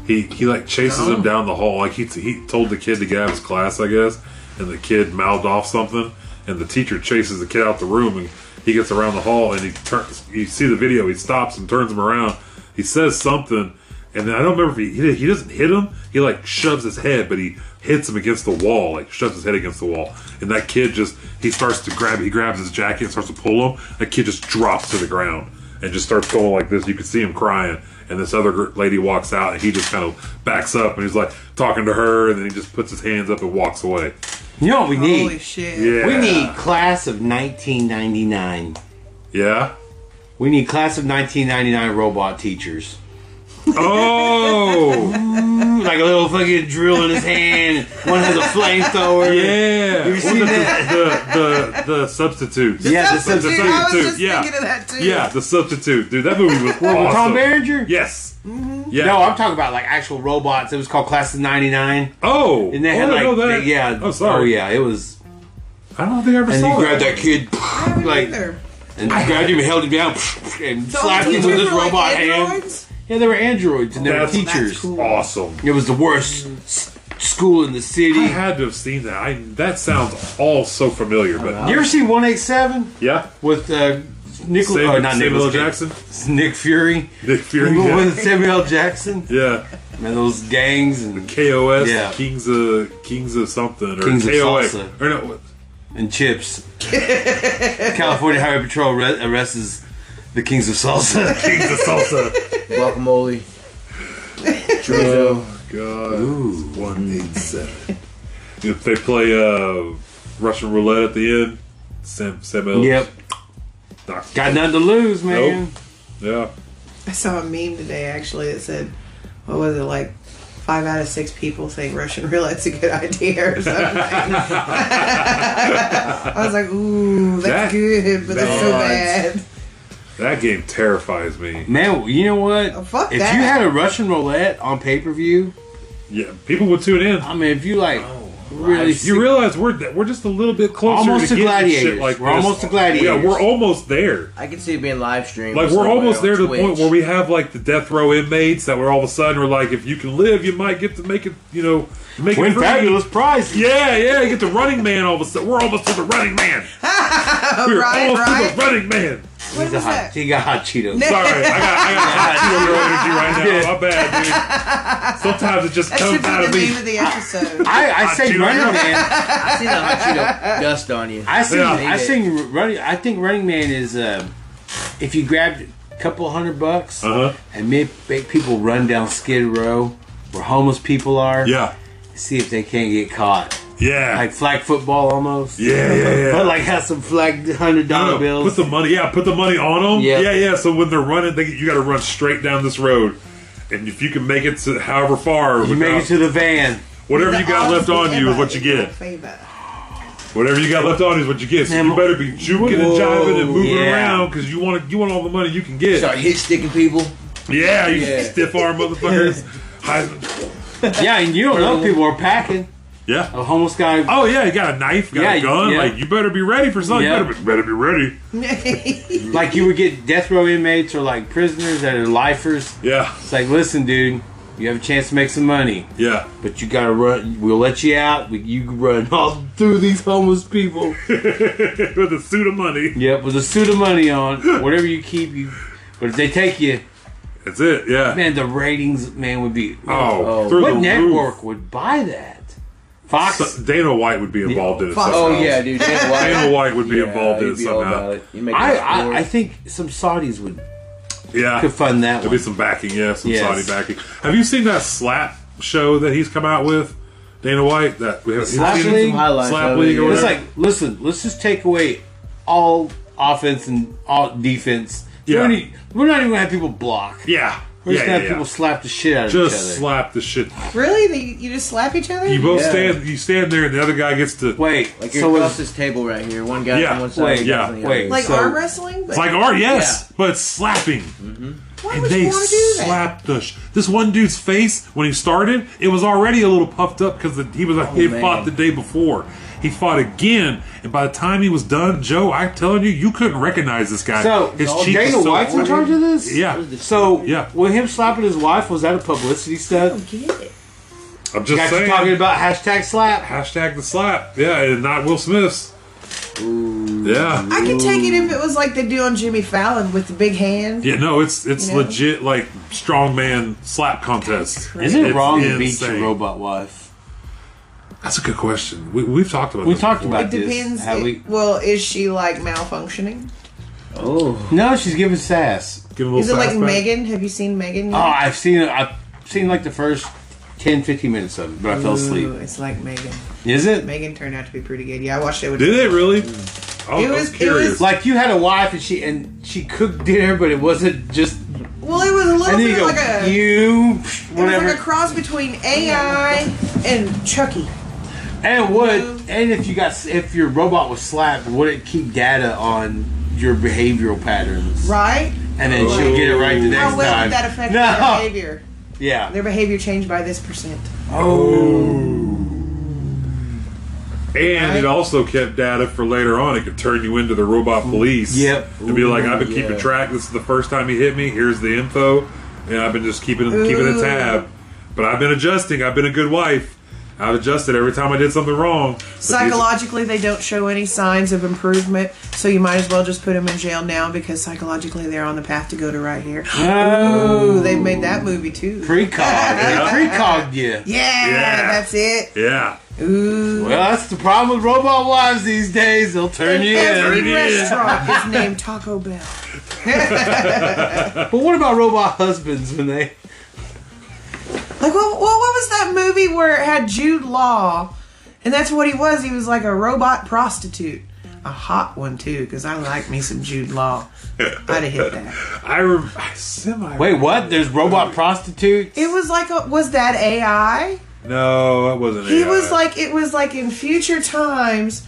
He he like chases him down the hall. Like he he told the kid to get out of his class, I guess, and the kid mouthed off something, and the teacher chases the kid out the room, and he gets around the hall, and he turns. You see the video. He stops and turns him around. He says something, and then I don't remember if he he, he doesn't hit him. He like shoves his head, but he hits him against the wall, like shoves his head against the wall, and that kid just he starts to grab. He grabs his jacket and starts to pull him. That kid just drops to the ground and just starts going like this. You can see him crying. And this other gr- lady walks out, and he just kind of backs up, and he's like talking to her, and then he just puts his hands up and walks away.
You know what we need?
Holy shit.
Yeah,
We need class of 1999.
Yeah.
We need class of 1999 robot teachers.
Oh,
Like a little fucking drill in his hand. One has a flamethrower.
yeah.
You see
Well,
that?
the, the the the substitutes.
Yeah, the
Substitute,
substitute.
I was just
yeah.
thinking of that too.
Yeah, the substitute, dude. That movie was
Well,
awesome.
Tom Berenger?
Yes. Yeah.
No, I'm talking about like actual robots. It was called Class of 99.
oh,
And they had
oh, I
like,
know that.
they- yeah.
Oh, sorry.
Oh, yeah. It was.
I don't think I ever
And
saw
you
that.
grabbed that kid,
I don't
like,
either.
and grabbed him and held him down, and
So
slapped him
teachers
with his
were, like,
robot hand.
androids?
Yeah, they were androids and they were
That's-
teachers.
that's
cool.
Awesome.
It was the worst s- school in the city.
I had to have seen that. I that sounds all so familiar, but
You ever see 187
yeah.
with uh, Nickel?
Samuel,
oh, not
Samuel
Nicolas
L.
Cage.
Jackson,
Nick Fury.
Nick Fury,
With-
yeah.
With Samuel L. Jackson.
yeah,
Man, those gangs and,
KOS,
Yeah.
Kings of Kings of something, or
Kings of
KOA,
Salsa.
or no,
and chips. California Highway Patrol re- arrests the kings of salsa.
Kings of Salsa.
Guacamole. Chorizo.
oh God, one eight seven. If they play uh, Russian roulette at the end, Sam Samuel,
yep.
knocks-
Got nothing to lose, man.
Nope. yeah,
I saw a meme today actually that said, what was it like? Five out of six people think Russian roulette's a good idea or something. I was like, ooh, that's
That-
good, but that's so
that-
bad.
that game terrifies me.
Man, you know what?
Oh, fuck
if
that.
you had a Russian roulette on pay per view,
Yeah, people would tune in.
I mean, if you like
Oh,
really,
You realize we're we're just a little bit closer
Almost to
to, getting
gladiators.
Shit like
We're
this.
almost to gladiators.
Yeah, we're almost there.
I can see it being live streamed.
Like
or
we're
somewhere
almost
on
there to the
Twitch.
point where we have like the death row inmates that we're all of a sudden we're like, if you can live, you might get to make it. You know, make
win
it free.
fabulous prizes.
Yeah, yeah, you get the Running Man all of a sudden. We're almost to the Running Man.
Uh,
We're
Right,
almost
right.
to the Running Man.
What
He's a
was
hot,
that?
he got hot Cheetos.
Sorry, I got I got hot Cheeto girl energy right now. My bad, dude. Sometimes it just
That should
comes out of
be the
me.
name of the episode.
I, I
Hot
say
Cheeto
Running
Girl.
Man.
I see the hot Cheeto dust on you.
I sing.
Yeah.
I sing Running. I think Running Man is um if you grabbed a couple hundred bucks
Uh huh.
and make, make people run down Skid Row where homeless people are,
Yeah.
see if they can't get caught.
Yeah.
Like flag football almost.
yeah. Yeah. Yeah.
But like have some flag hundred dollar
No,
bills.
Put the money, yeah, put the money on them.
Yeah.
Yeah, yeah. So when they're running, they, you got to run straight down this road, and if you can make it to however far,
you make it
without-
to the van.
whatever you got left on you is
Favor
what you get.
favor.
Whatever you got left on is what you get. So
Man,
you better be juking and jiving and moving
yeah.
around because you want to, you want all the money you can get.
Start hit sticking people.
Yeah, you
Yeah.
stiff arm motherfuckers. High,
Yeah, and you don't know people are packing.
yeah.
A homeless guy.
Oh yeah, you got a knife, you
Yeah,
got a gun.
yeah.
Like you better be ready for something.
Yeah.
You better be, better be ready.
Like you would get death row inmates or like prisoners that are lifers.
Yeah,
It's like, listen, dude, you have a chance to make some money,
yeah.
but you gotta run. We'll let you out. but You can run all through these homeless people.
With a suit of money.
Yep, with a suit of money on. Whatever you keep, you. But if they take you,
That's it. Yeah.
Man, the ratings, man, would be.
Oh,
Oh.
through
what
the
network
roof.
would buy that? Fox.
So- Dana White would be involved in it.
Fox.
somehow.
Oh yeah, dude. Dana White,
Dana White would be
Yeah,
involved in
he'd
it
be all about
somehow.
it. You make
I,
it
I,
explore.
I think some Saudis would
Yeah.
could fund that
There'll be
one.
some backing, yeah, some
Yes.
Saudi backing. Have you seen that slap show that he's come out with, Dana White? That we haven't
Slap
seen
I've
it?
seen
League?
some highlights.
Slap
of
League
it,
or
yeah.
It's like, listen, let's just take away all offense and all defense.
Yeah.
We're, gonna- we're not even gonna have people block.
Yeah,
We're
yeah,
just gonna
yeah.
have
yeah.
people slap the shit out of each other.
Just slap the shit.
Really? They, you just slap each other?
You both
Yeah.
stand. You stand there, and the other guy gets to.
wait,
Like you're
so
across
was,
this table right here. One guy
Yeah.
on one side.
Wait,
one guy's
yeah,
on the
wait.
Other.
like
so-
arm wrestling? But
It's like art, yes, but slapping.
why
And
would
they
you want to do that?
slapped the sh- this one dude's face when he started. It was already a little puffed up because he
Oh,
was he had
man.
fought the day before. He fought again, and by the time he was done, Joe, I'm telling you, you couldn't recognize this guy.
so oh,
his cheek
Dana
was so
White's in
red.
charge of this?
Yeah,
So
Yeah.
with him slapping his wife, was that a publicity stunt?
I'm just
Got you
saying.
talking about hashtag slap.
Hashtag the slap. Yeah, and not Will Smith's. Yeah.
I could take it if it was like they do on Jimmy Fallon with the big hand.
Yeah, no, it's it's
No.
legit like strongman slap contest.
Is it
It's
wrong to beat
insane.
your robot wife?
That's a good question. We, we've talked about
We
this
talked
before.
about
It depends.
this. How
it-
we,
well, is she like malfunctioning?
Oh,
no, she's giving sass.
Give him a
Is it
little
like
fast back.
Megan? Have you seen Megan?
Oh, I've seen it. I've seen like the first 10, 15 minutes of it, but I fell asleep.
it's like Megan.
Is it?
Megan turned out to be pretty good. Yeah, I watched it with.
Did it really? I
Mm. It
was, I was
was- it
curious.
was-
Like you had a wife and she and she cooked dinner, but it wasn't just.
Well, it was a little
And then you
bit
go,
like a.
you
it was
whatever,
like a cross between AI and Chucky.
and would and if you got if your robot was slapped, would it keep data on your behavioral patterns?
Right?
And then she'll get it right the next
How well
time.
did that affect
No.
their behavior?
Yeah. Oh.
Their behavior changed by this percent.
and it also kept data for later on. It could turn you into the robot
Mm.
police.
Yep.
And be like, I've been
Ooh,
keeping
yeah.
track. This is the first time he hit me. Here's the info. And I've been just keeping keeping a
Ooh.
tab. But I've been adjusting. I've been a good wife. I've adjusted every time I did something wrong. But these-
Psychologically, they don't show any signs of improvement, so you might as well just put them in jail now because psychologically they're on the path to go to right here. Ooh, they made that movie too.
Precog. They Precogged you.
yeah,
Yeah.
that's it.
Yeah.
Ooh.
Well, that's the problem with robot wives these days. They'll turn you
Every
in.
restaurant is named Taco Bell.
But what about robot husbands when they?
Like, what, what, what was that movie where it had Jude Law? And that's what he was. He was like a robot prostitute. A hot one, too, because I like me some Jude Law. I'd have hit that.
I, rem- I semi.
Wait, what? There's robot prostitutes.
It was like, a, was that AI?
No, that wasn't
He
AI.
was like, it was like in future times.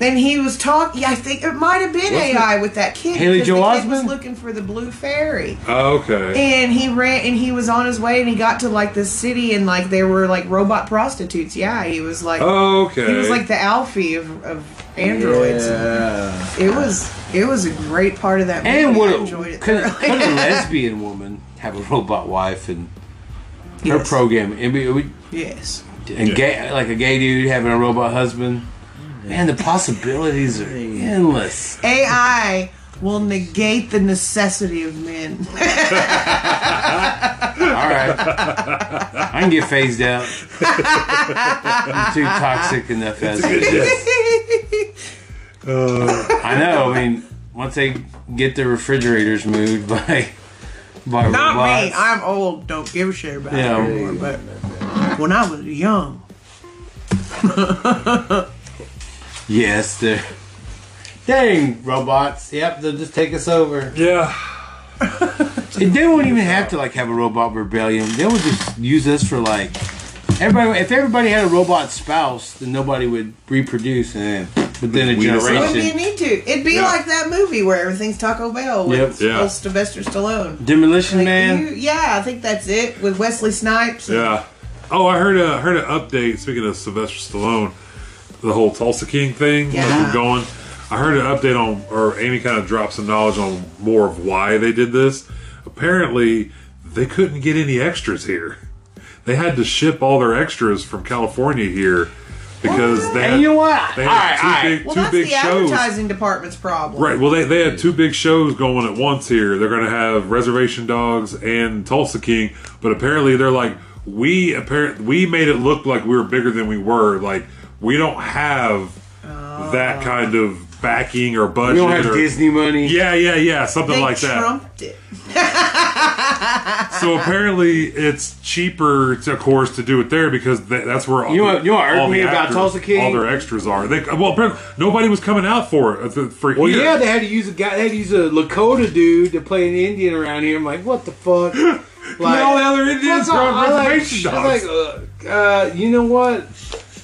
And he was talking. Yeah, I think it might have been AI with that kid.
Haley
because
Joel
the kid was
Osment?
looking for the blue fairy.
Oh, okay.
and he ran and he was on his way and he got to like this city and like there were like robot prostitutes yeah he was like
Oh, okay.
he was like the alfie of, of androids
yeah.
it was it was a great part of that movie
And
I
would
enjoyed
could,
it
could
thoroughly.
a lesbian woman have a robot wife and her
Yes.
program? And, be- we-
yes
and gay, like a gay dude having a robot husband. Man, the possibilities are endless.
ai will negate the necessity of men
All right, I can get phased out. I'm too toxic enough as it is. I know. I mean, once they get the refrigerators moved by by
not me
robots,
i'm old don't give a shit about
Yeah.
it anymore but when i was young
yes, they're dang robots. Yep, they'll just take us over.
yeah.
And they won't even have to like have a robot rebellion. They would just use us for like everybody. If everybody had a robot spouse, then nobody would reproduce, and within a
Weed us out.
Wouldn't you
generation,
need to? It'd be
Yeah.
like that movie where everything's Taco Bell with
Yep.
Yeah.
old Sylvester Stallone.
demolition
Like,
man.
you- yeah, I think that's it with Wesley Snipes.
Yeah. Oh, I heard a heard an update. Speaking of Sylvester Stallone, the whole Tulsa King thing like,
Yeah.
we're going. I heard an update on, or Amy kind of dropped some knowledge on more of why they did this. Apparently, they couldn't get any extras here. They had to ship all their extras from California here because they had,
And you know what?
they
All
had
right,
two
all right.
big
Well,
two
that's
big
the
shows.
advertising department's problem.
Right. Well, they, they had two big shows going at once here. They're going to have Reservation Dogs and Tulsa King, but apparently they're like we apparent we made it look like we were bigger than we were. Like we don't have that kind of backing or budget.
We don't have
or,
Disney money.
Yeah, yeah, yeah, something
They
like that.
trumped it.
So apparently it's cheaper, to, of course, to do it there because tha- that's where all,
You know what- you know what irked
all the
me about
actors,
Tulsa King?
all their extras are. They, well, apparently nobody was coming out for it. uh, th- For
Well,
here.
yeah, they had to use a guy. They had to use a Lakota dude to play an Indian around here. I'm like, what the fuck? Like,
And all the other Indians
That's
were
all-
on
I like-
reservation
I
dogs.
like, uh, uh, you know what?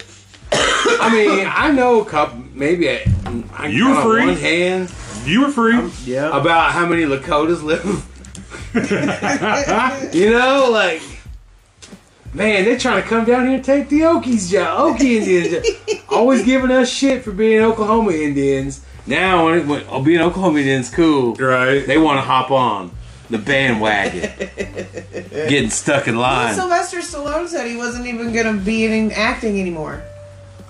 I mean, I know a couple, maybe a, I
You
count
were
on
free.
one hand
you were free.
Yeah.
about how many Lakotas live. you know, like, man, they're trying to come down here and take the Okies job, Okie Indians job. Always giving us shit for being Oklahoma Indians. Now, when, it, when oh, being Oklahoma Indians cool,
Right.
they want to hop on the bandwagon, getting stuck in
Well,
line.
Sylvester Stallone said he wasn't even going to be in acting anymore.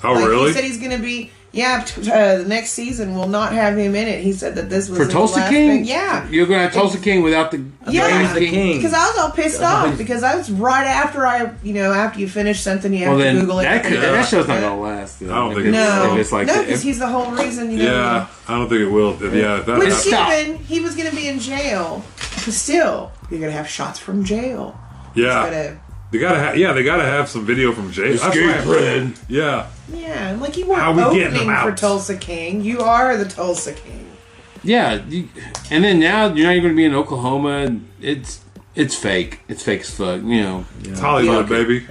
oh,
like,
really?
He said he's going to be. Yeah, t- uh, the next season will not have him in it. He said that this was
For
his
Tulsa
last
King?
Thing. Yeah,
You're gonna have Tulsa King without the
Yeah.
Tulsa King.
King.
because I was all pissed off because that was right after I, you know, after you finish something, you have
Well
to
then,
Google it.
that, could,
Yeah.
that show's not gonna last. Though.
I don't think
If
it
it's-
No,
if it's like
no,
if-
because he's the whole reason. You know,
yeah, I don't think it will. If- Yeah, if that
With
happens-
Stop.
Steven, he was going to be in jail, but still, you're going to have shots from jail.
yeah,
But, uh,
they gotta. Ha- yeah, they gotta have some video from jail. That's right. Yeah,
yeah, and like you weren't
How we getting
opening
them
for
out?
Tulsa King. You are the Tulsa King.
yeah, you, and then now you're not even gonna be in Oklahoma. and It's it's fake. It's fake as fuck. You know,
it's Hollywood,
Yeah.
baby.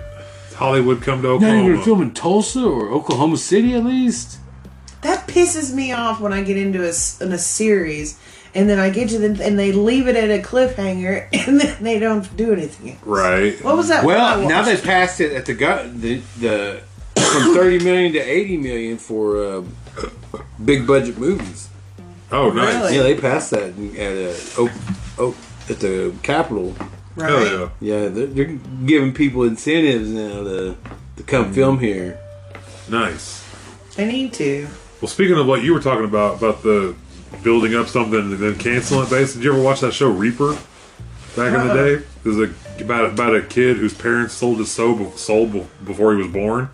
It's Hollywood, come to
not even gonna
Oklahoma.
film in Tulsa or Oklahoma City at least.
That pisses me off when I get into a, s- in a series and then I get to the and they leave it at a cliffhanger and then they don't do anything. else.
Right.
What was that?
Well,
one I
now they
watched?
passed it at the go- the the from thirty million to eighty million for uh, big budget movies.
Oh, nice.
Really?
Yeah, they passed that at uh, Oak, Oak, at the Capitol.
right?
Hell yeah.
Yeah, they're, they're giving people incentives now to to
Hmm.
come film here.
Nice.
They need to.
Well, speaking of what you were talking about, about the building up something and then canceling it, based, did you ever watch that show Reaper? Back in the day, there's a about about a kid whose parents sold his soul, soul be- before he was born,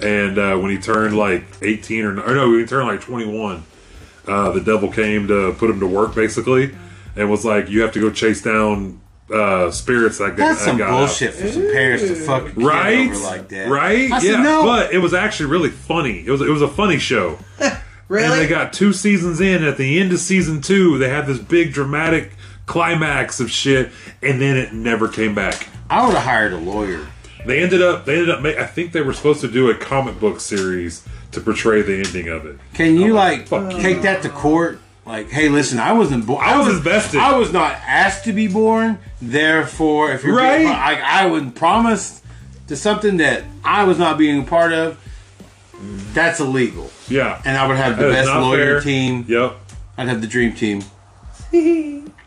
and uh, when he turned like 18 or, or no, when he turned like 21, uh, the devil came to put him to work basically, and was like, "You have to go chase down uh, spirits like
That's some
got out."
bullshit for some parents to fucking kid
right?
over like that.
Right?
I said,
yeah,
no.
but it was actually really funny. It was it was a funny show. And
Really?
they got two seasons in. At the end of season two, they had this big dramatic climax of shit, and then it never came back.
I would have hired a lawyer.
They ended up. They ended up. Ma- I think they were supposed to do a comic book series to portray the ending of it.
Can you like
Oh, fuck you.
take that to court? Like, hey, listen, I wasn't born.
I was
wasn't-
invested.
I was not asked to be born. Therefore, if you're
Right.
being- like, I wasn't promised to something that I was not being a part of. That's illegal.
Yeah,
And I would have the
That is
best
not
lawyer
fair.
team.
Yep.
I'd have the dream team.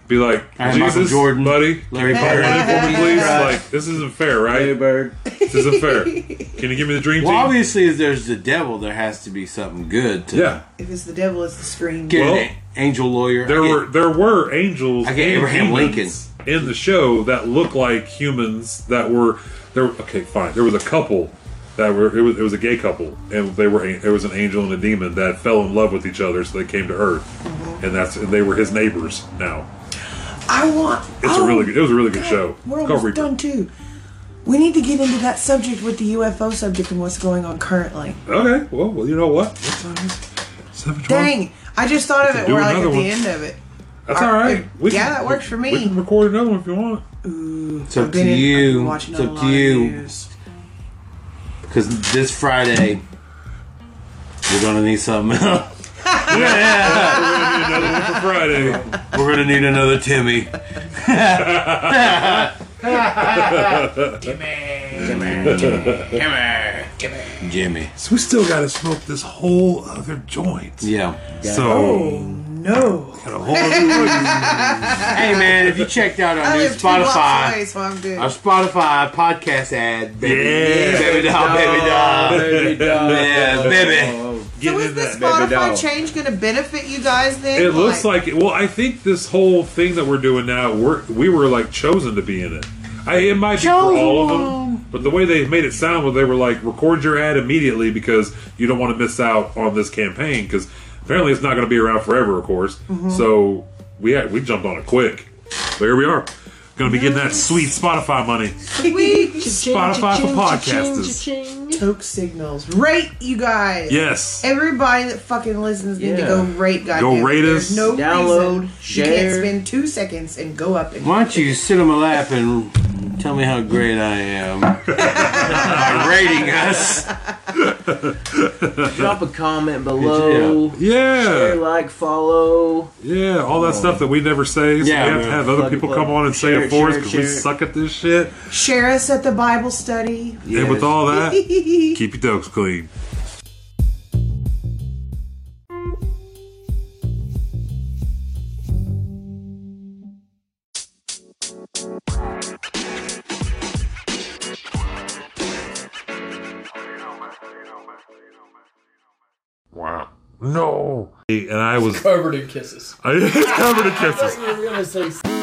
Be like
I had Michael
Jesus,
Jordan,
buddy.
Larry
Can you
Bird.
hit it for me, please? Like this isn't fair,
Larry
right?
Bird.
This isn't fair. Can you give me the dream
Well,
team?
obviously, if there's the devil, there has to be something good to
Yeah.
If it's the devil, it's the scream.
get
Well,
an angel lawyer.
There
I get-
were there were angels
I get
and
Abraham
humans in the show that looked like humans that were there. Okay, fine. There was a couple that were it was, it was a gay couple and they were it was an angel and a demon that fell in love with each other, so they came to Earth,
Mm-hmm.
and that's and they were his neighbors now.
I want. Oh,
It's a really good, it was a really good show.
We're
Go
almost
Reaper.
done too. We need to get into that subject with the UFO subject and what's going on currently.
Okay, well, well, you know what? What time is it? Seven twelve.
Dang, I just thought of
We
it.
can
We're
do
like at
another
the
one.
end of it.
That's all right.
Yeah, that works for me.
We can record another one if you want.
It's up
I've
to
been in- I've been
you.
watching
It's
a
up
lot
to
of
you.
news.
Because this Friday, we're gonna need something. else.
Another one for Friday.
we're gonna need another Timmy. Timmy, Timmy, Timmy, Jimmy.
So we still got to smoke this whole other joint.
Yeah.
So
no.
Got a whole new-
Hey man, if you checked out our
I
new
live two blocks away,
Spotify,
so I'm
our
good.
Spotify podcast ad, baby,
Yeah.
baby doll, baby doll,
baby doll.
Yeah,
Oh,
baby.
So
Get
is
in
the
that.
baby doll.
Spotify change going to benefit you guys then?
It looks like, well, I think this whole thing that we're doing now, we're, we were like chosen to be in it. I, it might be for all of them, but the way they made it sound was they were like, record your ad immediately because you don't want to miss out on this campaign because apparently it's not going to be around forever, of course. So we had, we jumped on it quick. But here we are, going to be getting that sweet Spotify money.
we
Spotify for podcasters.
choke signals. Rate you guys.
Yes.
Everybody that fucking listens need to
Yeah.
go rate guys.
Go rate us.
No reason
Download,
You
share.
can't spend two seconds and go up and.
Why don't you sit on my lap and tell me how great I am by rating us?
Drop a comment below. Share,
Yeah.
like, follow.
Yeah, all that stuff that we never say. So
Yeah,
we have to
man.
have other
Plug,
people
plug.
come on and say
Share
it
it,
for us
share it,
because we
share it.
suck at this shit.
Share us at the Bible study.
And with
Yes.
all that, keep your dogs clean. Wow. No. And I was
Covered in kisses.
I, covered in kisses.
I thought you were gonna say